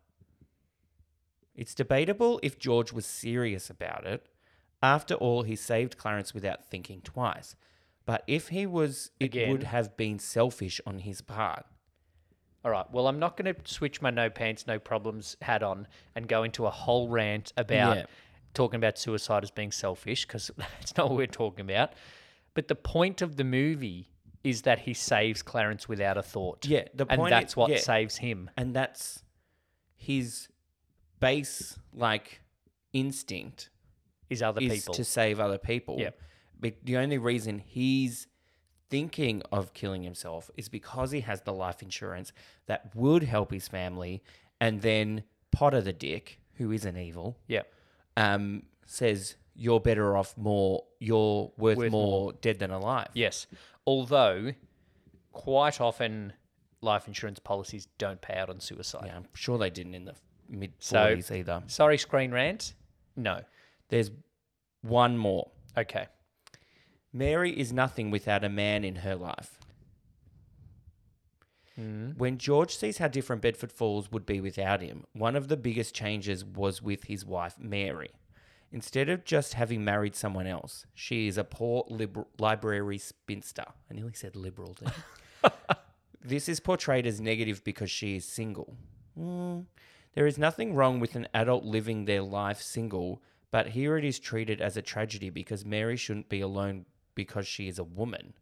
Speaker 4: It's debatable if George was serious about it. After all, he saved Clarence without thinking twice. But if he was, it
Speaker 3: Again.
Speaker 4: would have been selfish on his part.
Speaker 3: All right. Well, I'm not going to switch my no pants, no problems hat on and go into a whole rant about
Speaker 4: Yeah.
Speaker 3: talking about suicide as being selfish because that's not what we're talking about. But the point of the movie is that he saves Clarence without a thought.
Speaker 4: Yeah, the
Speaker 3: and
Speaker 4: point
Speaker 3: that's
Speaker 4: is-
Speaker 3: what
Speaker 4: yeah.
Speaker 3: saves him.
Speaker 4: and that's his base like instinct
Speaker 3: Is other
Speaker 4: is
Speaker 3: people.
Speaker 4: to save other people.
Speaker 3: Yep.
Speaker 4: But the only reason he's thinking of killing himself is because he has the life insurance that would help his family, and then Potter the dick, who isn't evil,
Speaker 3: Yeah.
Speaker 4: um, says you're better off more, you're worth,
Speaker 3: Worth
Speaker 4: more, dead than alive.
Speaker 3: Yes. Although, quite often, life insurance policies don't pay out on suicide.
Speaker 4: Yeah, I'm sure they didn't in the mid
Speaker 3: So-
Speaker 4: 40s either.
Speaker 3: Sorry, screen rant. No.
Speaker 4: There's one more.
Speaker 3: Okay.
Speaker 4: Mary is nothing without a man in her life. When George sees how different Bedford Falls would be without him, one of the biggest changes was with his wife, Mary. Instead of just having married someone else, she is a poor liber- library spinster. I nearly said liberal there. this is portrayed as negative because she is single. Mm. There is nothing wrong with an adult living their life single, but here it is treated as a tragedy because Mary shouldn't be alone because she is a woman.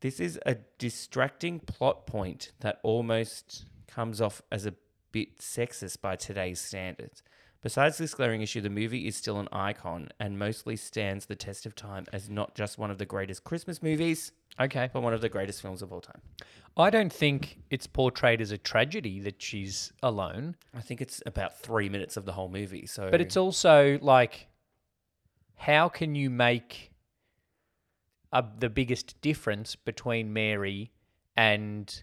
Speaker 4: This is a distracting plot point that almost comes off as a bit sexist by today's standards. Besides this glaring issue, the movie is still an icon and mostly stands the test of time as not just one of the greatest Christmas movies,
Speaker 3: Okay.
Speaker 4: but one of the greatest films of all time.
Speaker 3: I don't think it's portrayed as a tragedy that she's alone,
Speaker 4: I think it's about three minutes of the whole movie. So,
Speaker 3: but it's also like, how can you make a, the biggest difference between Mary and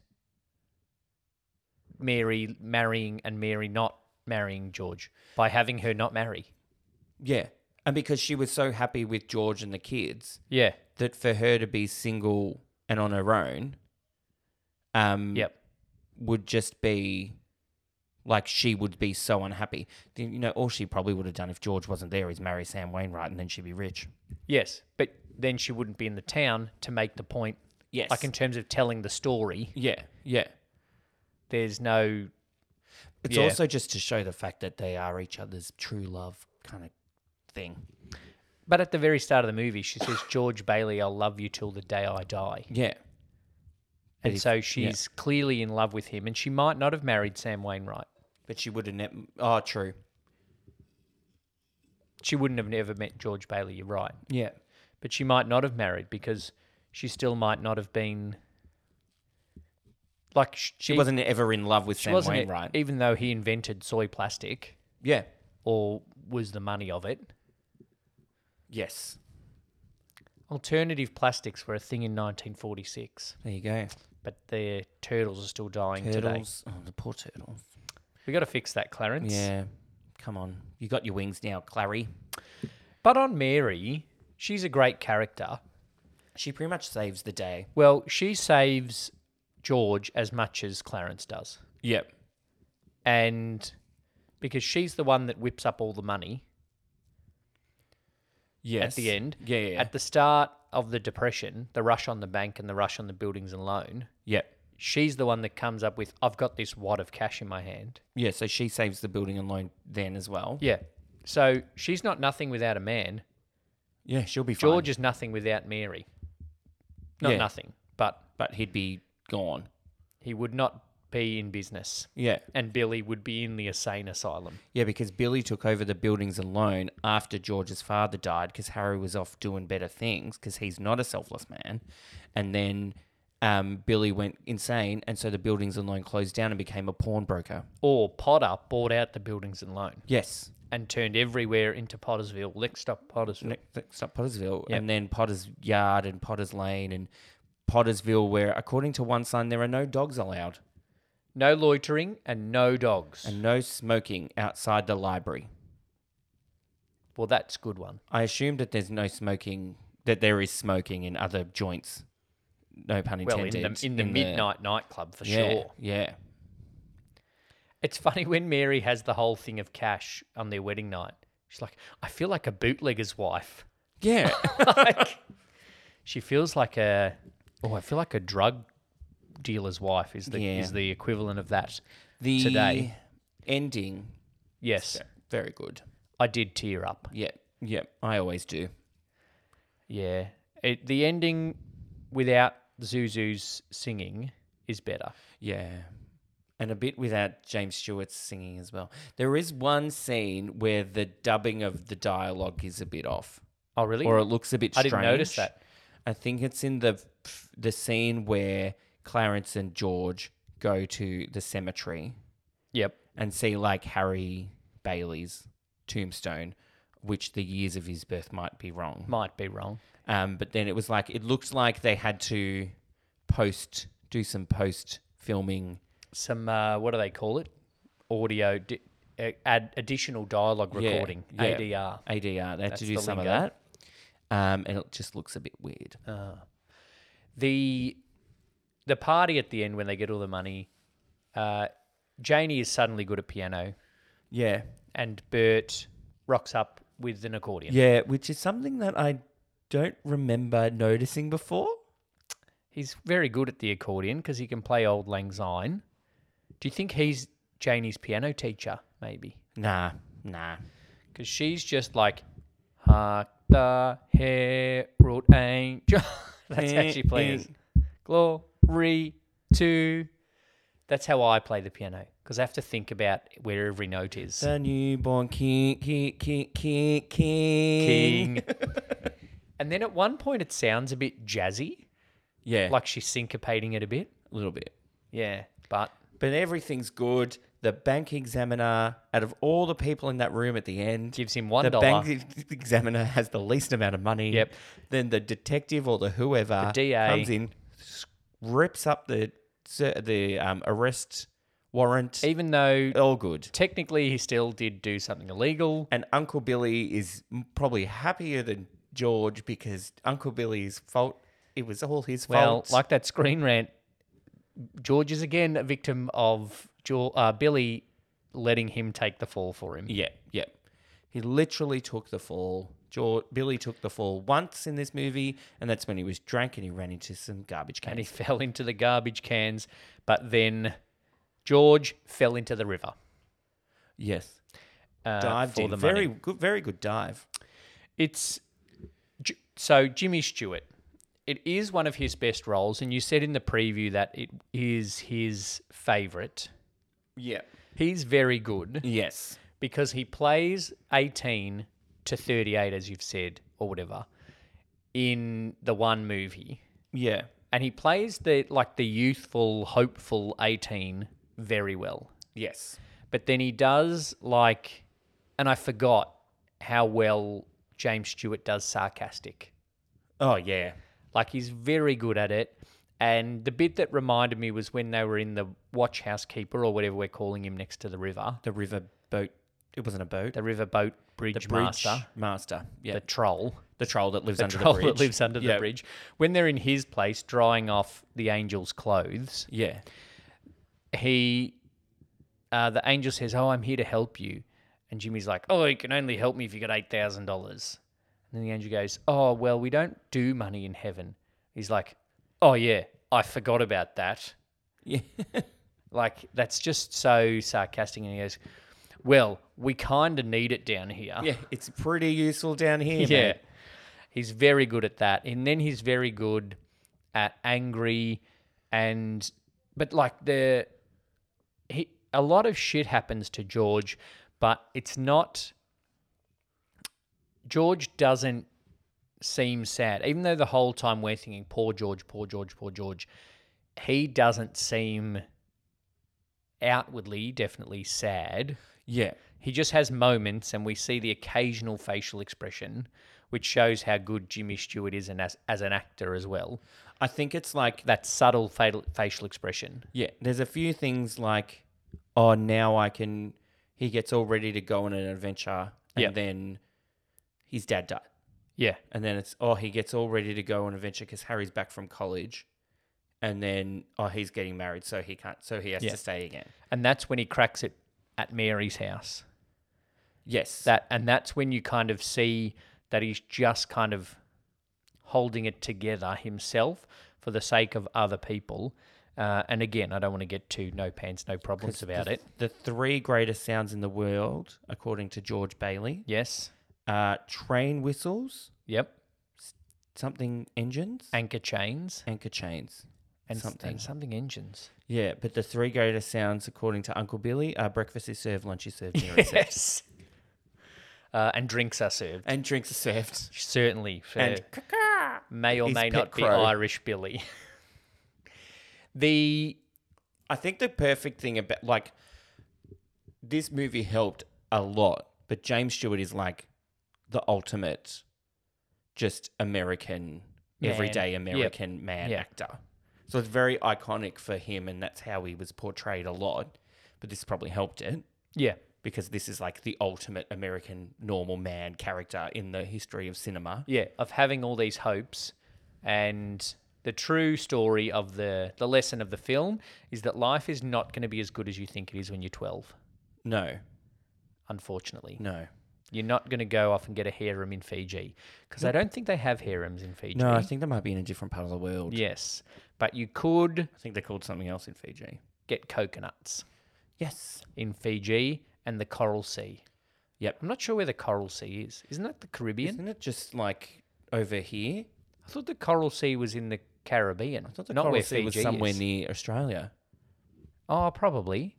Speaker 3: Mary marrying and Mary not marrying George by having her not marry?
Speaker 4: yeah, and because she was so happy with George and the kids
Speaker 3: Yeah.
Speaker 4: that for her to be single and on her own, um,
Speaker 3: Yep.
Speaker 4: would just be like she would be so unhappy. Then, You know, all she probably would have done if George wasn't there is marry Sam Wainwright, and then she'd be rich.
Speaker 3: Yes, but then she wouldn't be in the town to make the point.
Speaker 4: Yes,
Speaker 3: Like in terms of telling the story,
Speaker 4: Yeah, yeah.
Speaker 3: there's no
Speaker 4: It's
Speaker 3: Yeah.
Speaker 4: also just to show the fact that they are each other's true love kind of thing.
Speaker 3: But at the very start of the movie, she says, George Bailey, I'll love you till the day I die.
Speaker 4: Yeah,
Speaker 3: And
Speaker 4: if-
Speaker 3: so she's clearly in love with him, and she might not have married Sam Wainwright.
Speaker 4: but she would have. Ne- oh, true.
Speaker 3: She wouldn't have never met George Bailey, you're right.
Speaker 4: Yeah.
Speaker 3: But she might not have married because she still might not have been. Like, she,
Speaker 4: She wasn't ever in love with
Speaker 3: she
Speaker 4: Sam
Speaker 3: wasn't it-
Speaker 4: Wainwright.
Speaker 3: Even though he invented soy plastic
Speaker 4: yeah.
Speaker 3: or was the money of it,
Speaker 4: Yes.
Speaker 3: alternative plastics were a thing in 1946.
Speaker 4: There you go.
Speaker 3: but their turtles are still dying today.
Speaker 4: Turtles. Oh, the poor turtles.
Speaker 3: We got to fix that, Clarence.
Speaker 4: Yeah. Come on. You got your wings now, Clary.
Speaker 3: But on Mary, she's a great character.
Speaker 4: She pretty much saves the day.
Speaker 3: Well, she saves George as much as Clarence does.
Speaker 4: Yep.
Speaker 3: And because she's the one that whips up all the money
Speaker 4: Yes.
Speaker 3: at the end.
Speaker 4: Yeah, yeah.
Speaker 3: At the start of the depression, the rush on the bank and the rush on the buildings and loan,
Speaker 4: yep.
Speaker 3: she's the one that comes up with I've got this wad of cash in my hand.
Speaker 4: Yeah, so she saves the building and loan then as well.
Speaker 3: Yeah. So she's not nothing without a man.
Speaker 4: Yeah, she'll be fine.
Speaker 3: George is nothing without Mary. Not
Speaker 4: Yeah.
Speaker 3: nothing, but
Speaker 4: but he'd be gone.
Speaker 3: he would not be in business.
Speaker 4: Yeah.
Speaker 3: And Billy would be in the insane asylum.
Speaker 4: Yeah, because Billy took over the buildings and loan after George's father died because Harry was off doing better things because he's not a selfless man. And then um, Billy went insane. And so the buildings and loan closed down and became a pawnbroker.
Speaker 3: Or Potter bought out the buildings and loan
Speaker 4: Yes.
Speaker 3: and turned everywhere into Pottersville. Let's stop Pottersville.
Speaker 4: Ne- Next up, Pottersville, and then Potter's Yard and Potter's Lane and Pottersville, where according to one son, there are no dogs allowed
Speaker 3: No loitering and no dogs.
Speaker 4: and no smoking outside the library.
Speaker 3: well, that's a good one.
Speaker 4: I assume that there's no smoking, that there is smoking in other joints. No pun
Speaker 3: Well,
Speaker 4: intended.
Speaker 3: in the, in the midnight nightclub for
Speaker 4: yeah,
Speaker 3: sure.
Speaker 4: Yeah.
Speaker 3: It's funny when Mary has the whole thing of cash on their wedding night. She's like, I feel like a bootlegger's wife.
Speaker 4: Yeah.
Speaker 3: like, she feels like a, oh, I feel like a drug dealer's wife is the
Speaker 4: Yeah.
Speaker 3: is the equivalent of that.
Speaker 4: the
Speaker 3: Today.
Speaker 4: ending,
Speaker 3: Yes,
Speaker 4: very good.
Speaker 3: I did tear up.
Speaker 4: Yeah. Yeah. I always do.
Speaker 3: Yeah, it, the ending without Zuzu's singing is better.
Speaker 4: Yeah. And a bit without James Stewart's singing as well. There is one scene where the dubbing of the dialogue is a bit off,
Speaker 3: Oh, really?
Speaker 4: or it looks a bit
Speaker 3: I
Speaker 4: strange.
Speaker 3: didn't notice that.
Speaker 4: I think it's in the the scene where Clarence and George go to the cemetery
Speaker 3: yep.
Speaker 4: and see like Harry Bailey's tombstone, which the years of his birth might be wrong.
Speaker 3: Might be wrong.
Speaker 4: Um, but then it was like it looked like they had to post do some post filming
Speaker 3: Some uh, what do they call it? Audio di- uh, add additional dialogue
Speaker 4: Yeah,
Speaker 3: recording
Speaker 4: yeah.
Speaker 3: ADR.
Speaker 4: ADR. They had
Speaker 3: That's
Speaker 4: to do
Speaker 3: the
Speaker 4: some of
Speaker 3: lingo.
Speaker 4: that. Um, and it just looks a bit weird.
Speaker 3: the the party at the end when they get all the money, uh, Janie is suddenly good at piano,
Speaker 4: Yeah.
Speaker 3: and Bert rocks up with an accordion.
Speaker 4: Yeah, which is something that I don't remember noticing before.
Speaker 3: He's very good at the accordion because he can play Old Lang Syne. Do you think he's Janie's piano teacher? Maybe
Speaker 4: Nah, nah.
Speaker 3: because she's just like, hark the herald angel. That's how she plays. Glory to. That's how I play the piano because I have to think about where every note is.
Speaker 4: The newborn king, king, king, king, king.
Speaker 3: King. and then at one point, it sounds a bit jazzy,
Speaker 4: Yeah, like
Speaker 3: like she's syncopating it a bit.
Speaker 4: a little bit.
Speaker 3: Yeah, but
Speaker 4: But everything's good. The bank examiner, out of all the people in that room at the end,
Speaker 3: gives him one
Speaker 4: the
Speaker 3: dollar.
Speaker 4: bank ex- examiner has the least amount of money.
Speaker 3: Yep.
Speaker 4: Then the detective or the whoever
Speaker 3: The DA.
Speaker 4: comes in, s- rips up the ser- the um, arrest warrant.
Speaker 3: Even though
Speaker 4: All good.
Speaker 3: technically he still did do something illegal.
Speaker 4: And Uncle Billy is m- probably happier than George because Uncle Billy's fault. It was all his
Speaker 3: Well,
Speaker 4: fault.
Speaker 3: like that screen rant, George is again a victim of jo- uh, Billy letting him take the fall for him.
Speaker 4: yeah, yeah. He literally took the fall. George, Billy took the fall once in this movie, and that's when he was drunk and he ran into some garbage
Speaker 3: And
Speaker 4: cans.
Speaker 3: he fell into the garbage cans, but then George fell into the river.
Speaker 4: yes,
Speaker 3: Uh,
Speaker 4: dived
Speaker 3: for
Speaker 4: in.
Speaker 3: the money.
Speaker 4: very good, very good dive.
Speaker 3: It's J- so Jimmy Stewart. It is one of his best roles, and you said in the preview that it is his favorite.
Speaker 4: Yeah.
Speaker 3: He's very good
Speaker 4: Yes.
Speaker 3: because he plays 18 to 38, as you've said, or whatever, in the one movie.
Speaker 4: Yeah.
Speaker 3: And he plays the like the youthful, hopeful 18 very well.
Speaker 4: Yes.
Speaker 3: But then he does like, and I forgot how well James Stewart does sarcastic.
Speaker 4: Oh yeah.
Speaker 3: Like he's very good at it. And the bit that reminded me was when they were in the watch housekeeper or whatever we're calling him next to the river,
Speaker 4: The river boat. It wasn't a boat.
Speaker 3: the river boat bridge,
Speaker 4: the bridge
Speaker 3: master,
Speaker 4: master. Yeah.
Speaker 3: the
Speaker 4: The,
Speaker 3: troll,
Speaker 4: troll that lives
Speaker 3: the
Speaker 4: under
Speaker 3: troll
Speaker 4: the bridge.
Speaker 3: that lives under
Speaker 4: Yeah.
Speaker 3: the bridge. When they're in his place drying off the angel's clothes,
Speaker 4: Yeah.
Speaker 3: he, uh, the angel says, "Oh, I'm here to help you," and Jimmy's like, "Oh, you can only help me if you got eight thousand dollars." And then the angel goes, "Oh, well, we don't do money in heaven." He's like, "Oh yeah, I forgot about that."
Speaker 4: Yeah.
Speaker 3: Like that's just so sarcastic. And he goes, "Well, we kind of need it down here."
Speaker 4: yeah. It's pretty useful down here.
Speaker 3: yeah.
Speaker 4: mate.
Speaker 3: He's very good at that, and then he's very good at angry, and but like the he a lot of shit happens to George, but it's not. George doesn't seem sad, even though the whole time we're thinking, "Poor George, poor George, poor George." He doesn't seem outwardly definitely sad.
Speaker 4: Yeah.
Speaker 3: He just has moments, and we see the occasional facial expression, which shows how good Jimmy Stewart is and as, as an actor as well.
Speaker 4: I think it's like
Speaker 3: That subtle fatal, facial expression.
Speaker 4: Yeah, there's a few things like, oh, now I can. He gets all ready to go on an adventure, and
Speaker 3: Yeah.
Speaker 4: then his dad died,
Speaker 3: Yeah.
Speaker 4: and then it's oh, he gets all ready to go on an adventure because Harry's back from college, and then oh, he's getting married, so he can't, so he has
Speaker 3: Yeah.
Speaker 4: to stay again.
Speaker 3: And that's when he cracks it at Mary's house.
Speaker 4: Yes,
Speaker 3: That and that's when you kind of see that he's just kind of holding it together himself for the sake of other people. Uh, and again, I don't want to get too no pants, no problems about
Speaker 4: the,
Speaker 3: it.
Speaker 4: The three greatest sounds in the world, according to George Bailey,
Speaker 3: Yes.
Speaker 4: uh, train whistles,
Speaker 3: Yep.
Speaker 4: something engines,
Speaker 3: Anchor chains
Speaker 4: anchor chains,
Speaker 3: and something,
Speaker 4: something.
Speaker 3: and something engines.
Speaker 4: Yeah, but the three greatest sounds, according to Uncle Billy, are breakfast is served, lunch is served, dinner is served.
Speaker 3: Yes. Uh, and drinks are served.
Speaker 4: and drinks are served.
Speaker 3: Certainly. For
Speaker 4: And
Speaker 3: may or
Speaker 4: his
Speaker 3: may
Speaker 4: pet
Speaker 3: not be
Speaker 4: crow.
Speaker 3: Irish Billy. the.
Speaker 4: I think the perfect thing about like this movie helped a lot, but James Stewart is like the ultimate, just American,
Speaker 3: Man.
Speaker 4: everyday
Speaker 3: Yep.
Speaker 4: American man
Speaker 3: Yep.
Speaker 4: actor. So it's very iconic for him, and that's how he was portrayed a lot. But this probably helped it
Speaker 3: Yeah.
Speaker 4: because this is like the ultimate American normal man character in the history of cinema.
Speaker 3: Yeah. Of having all these hopes. And the true story of the. The lesson of the film is that life is not going to be as good as you think it is when you're 12,
Speaker 4: No,
Speaker 3: unfortunately.
Speaker 4: no.
Speaker 3: You're not going to go off and get a harem in Fiji. Because I don't think they have harems in Fiji.
Speaker 4: No, I think they might be in a different part of the world.
Speaker 3: Yes. But you could
Speaker 4: I think they're called something else in Fiji.
Speaker 3: get coconuts.
Speaker 4: Yes.
Speaker 3: in Fiji and the Coral Sea.
Speaker 4: Yep.
Speaker 3: I'm not sure where the Coral Sea is. Isn't that the Caribbean?
Speaker 4: Isn't it just like over here?
Speaker 3: I thought the Coral Sea was in the Caribbean.
Speaker 4: I thought the
Speaker 3: not
Speaker 4: Coral
Speaker 3: where
Speaker 4: Sea
Speaker 3: Fiji
Speaker 4: was somewhere
Speaker 3: is.
Speaker 4: near Australia.
Speaker 3: Oh, probably.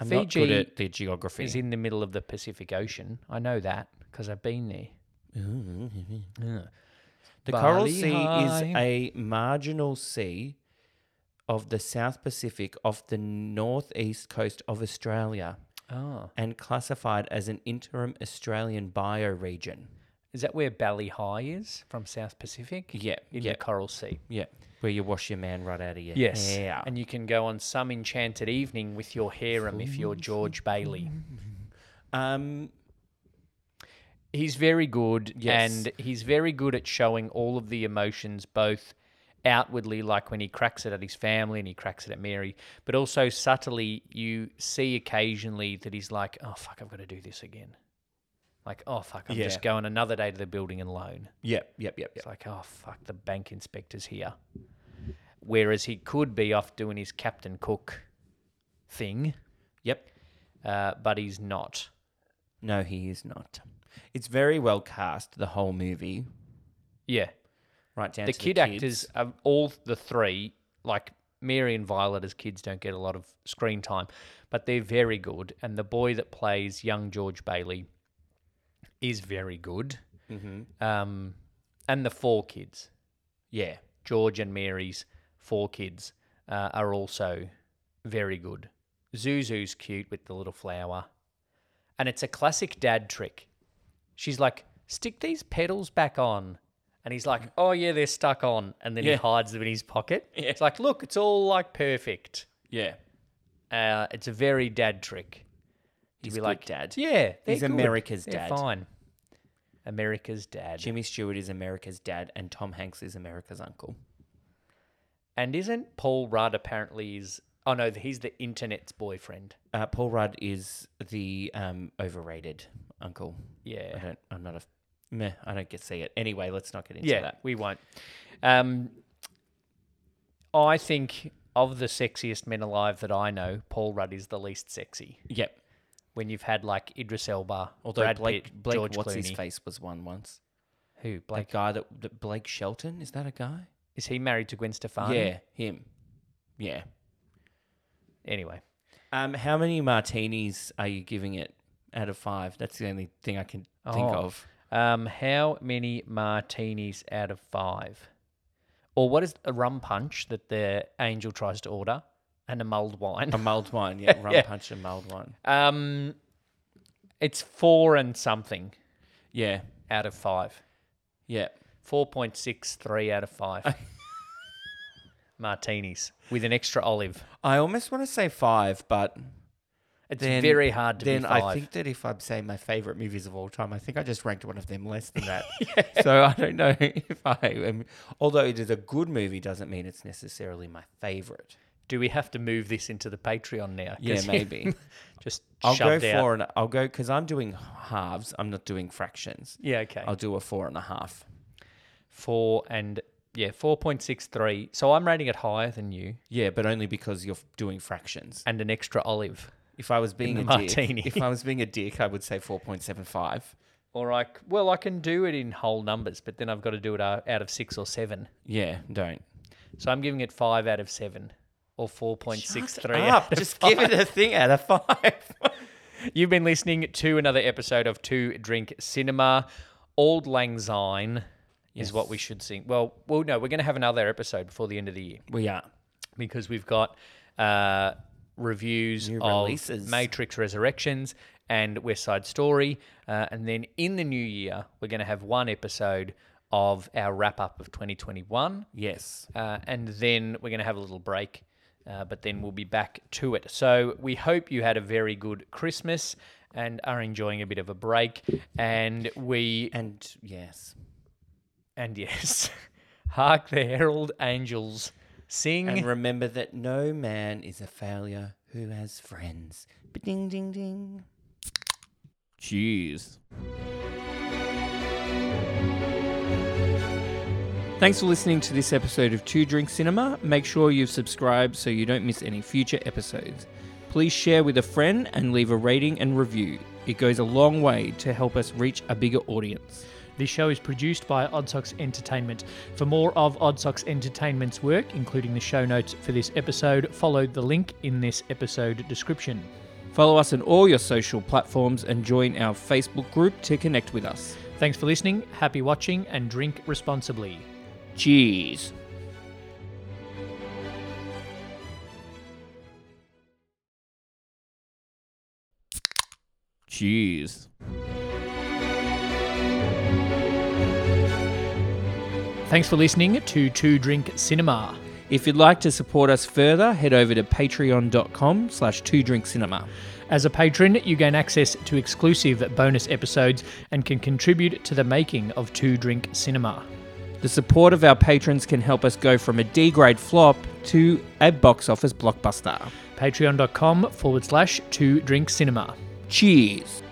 Speaker 4: I'm
Speaker 3: Fiji
Speaker 4: not good at the geography.
Speaker 3: Is in the middle of the Pacific Ocean. I know that because I've been there.
Speaker 4: the Coral
Speaker 3: Bali
Speaker 4: Sea is
Speaker 3: high.
Speaker 4: a marginal sea of the South Pacific off the northeast coast of Australia
Speaker 3: Oh,
Speaker 4: and classified as an interim Australian bioregion.
Speaker 3: is that where Bally High is from South Pacific?
Speaker 4: Yeah,
Speaker 3: in
Speaker 4: yeah.
Speaker 3: the Coral Sea.
Speaker 4: Yeah. Where you wash your man right out of your hair.
Speaker 3: and you can go on some enchanted evening with your harem if you're George Bailey.
Speaker 4: um,
Speaker 3: He's very good,
Speaker 4: Yes.
Speaker 3: and he's very good at showing all of the emotions, both outwardly, like when he cracks it at his family and he cracks it at Mary, but also subtly, you see occasionally that he's like, "Oh fuck, I've got to do this again." Like, "Oh fuck, I'm
Speaker 4: Yeah.
Speaker 3: just going another day to the building and loan."
Speaker 4: yep, yep, yep,
Speaker 3: It's
Speaker 4: yep.
Speaker 3: like, "Oh fuck, the bank inspector's here," whereas he could be off doing his Captain Cook thing,
Speaker 4: Yep.
Speaker 3: uh, but he's not.
Speaker 4: No, he is not. It's very well cast, the whole movie,
Speaker 3: Yeah.
Speaker 4: right down
Speaker 3: the
Speaker 4: to
Speaker 3: kid
Speaker 4: the
Speaker 3: actors are all the three like mary and violet as kids don't get a lot of screen time but they're very good and the boy that plays young george bailey is very good mm-hmm. um, and the four kids
Speaker 4: Yeah.
Speaker 3: george and mary's four kids uh, are also very good zuzu's cute with the little flower and it's a classic dad trick she's like stick these petals back on And he's like, oh, yeah, they're stuck on. And then he
Speaker 2: Yeah.
Speaker 3: hides them in his pocket.
Speaker 2: Yeah.
Speaker 3: It's like, look, it's all like perfect.
Speaker 2: Yeah.
Speaker 3: Uh, it's a very dad trick. To
Speaker 4: He's
Speaker 3: be
Speaker 4: good
Speaker 3: like,
Speaker 4: dad.
Speaker 3: Yeah. they're
Speaker 4: He's
Speaker 3: good.
Speaker 4: America's
Speaker 3: They're
Speaker 4: dad.
Speaker 3: fine. America's dad.
Speaker 4: Jimmy Stewart is America's dad, and Tom Hanks is America's uncle.
Speaker 3: And isn't Paul Rudd apparently is. Oh, no, he's the internet's boyfriend.
Speaker 4: Uh, Paul Rudd is the um, overrated uncle. I
Speaker 3: Yeah.
Speaker 4: don't. I'm not a. Meh. I don't get see it. Anyway, let's not get into
Speaker 3: Yeah,
Speaker 4: that.
Speaker 3: we won't. Um, I think of the sexiest men alive that I know, Paul Rudd is the least sexy.
Speaker 4: Yep.
Speaker 3: When you've had like Idris Elba,
Speaker 4: Although
Speaker 3: Brad
Speaker 4: Blake,
Speaker 3: Pitt,
Speaker 4: Blake,
Speaker 3: George
Speaker 4: what's
Speaker 3: Clooney,
Speaker 4: his face was one once.
Speaker 3: who
Speaker 4: Like
Speaker 3: Blake
Speaker 4: guy that, that Blake Shelton is that a guy?
Speaker 3: is he married to Gwen Stefani?
Speaker 4: Yeah, him. Yeah.
Speaker 3: Anyway,
Speaker 4: Um, how many martinis are you giving it out of five? That's the only thing I can think
Speaker 3: Oh.
Speaker 4: of.
Speaker 3: um, how many martinis out of five? Or what is a rum punch that the angel tries to order and a mulled wine?
Speaker 4: A mulled wine, yeah. Rum
Speaker 3: Yeah.
Speaker 4: punch and mulled wine.
Speaker 3: Um, it's four and something
Speaker 4: Yeah.
Speaker 3: out of five.
Speaker 4: Yeah.
Speaker 3: 4.63 out of 5. Martinis with an extra olive.
Speaker 4: I almost want to say five, but
Speaker 3: It's
Speaker 4: then
Speaker 3: very hard to
Speaker 4: then
Speaker 3: be five.
Speaker 4: I think that if I'm saying my favorite movies of all time, I think I just ranked one of them less than that. So I don't know if I am. Although it is a good movie, doesn't mean it's necessarily my favorite.
Speaker 3: Do we have to move this into the Patreon now? 'Cause
Speaker 4: Yeah,
Speaker 3: you
Speaker 4: maybe.
Speaker 3: Just
Speaker 4: I'll go
Speaker 3: shoved out.
Speaker 4: for an. I'll go because I'm doing halves. I'm not doing fractions.
Speaker 3: Yeah, okay.
Speaker 4: I'll do a four and a half.
Speaker 3: Four and, yeah, 4.63. So I'm rating it higher than you
Speaker 4: Yeah, but only because you're f- doing fractions.
Speaker 3: and an extra olive.
Speaker 4: If I was being a
Speaker 3: the martini.
Speaker 4: dick, if I was being a dick, I would say four point seven five.
Speaker 3: Or I, c- well, I can do it in whole numbers, but then I've got to do it uh, out out of six or seven.
Speaker 4: Yeah, don't.
Speaker 3: So I'm giving it five out of seven or 4.63.
Speaker 4: Up,
Speaker 3: out of
Speaker 4: just give it a thing out of five.
Speaker 3: You've been listening to another episode of Two Drink Cinema. Auld Lang Syne is what we should sing. Well, well, no, we're going to have another episode before the end of the year
Speaker 4: we are.
Speaker 3: because we've got uh, reviews
Speaker 4: New
Speaker 3: of
Speaker 4: releases.
Speaker 3: Matrix Resurrections and West Side Story, uh, and then in the new year we're going to have one episode of our wrap up of 2021.
Speaker 4: Yes.
Speaker 3: Uh, and then we're going to have a little break, uh, but then we'll be back to it. So we hope you had a very good Christmas and are enjoying a bit of a break. And we,
Speaker 4: And yes.
Speaker 3: and yes, hark the herald angels sing.
Speaker 4: And remember that no man is a failure who has friends. Ding ding ding.
Speaker 2: Jeez.
Speaker 4: Thanks for listening to this episode of Two Drink Cinema. Make sure you've subscribed so you don't miss any future episodes. Please share with a friend and leave a rating and review. It goes a long way to help us reach a bigger audience.
Speaker 5: This show is produced by Oddsox Entertainment. For more of Oddsox Entertainment's work, including the show notes for this episode, follow the link in this episode description.
Speaker 4: Follow us on all your social platforms and join our Facebook group to connect with us.
Speaker 5: Thanks for listening, happy watching, and drink responsibly.
Speaker 4: Cheers.
Speaker 2: Jeez.
Speaker 5: Thanks for listening to Two Drink Cinema.
Speaker 4: If you'd like to support us further, head over to patreon.com slash two drink cinema.
Speaker 5: As a patron, you gain access to exclusive bonus episodes and can contribute to the making of Two Drink Cinema.
Speaker 4: The support of our patrons can help us go from a D grade flop to a box office blockbuster.
Speaker 5: Patreon.com forward slash Two Drink Cinema.
Speaker 4: Cheers.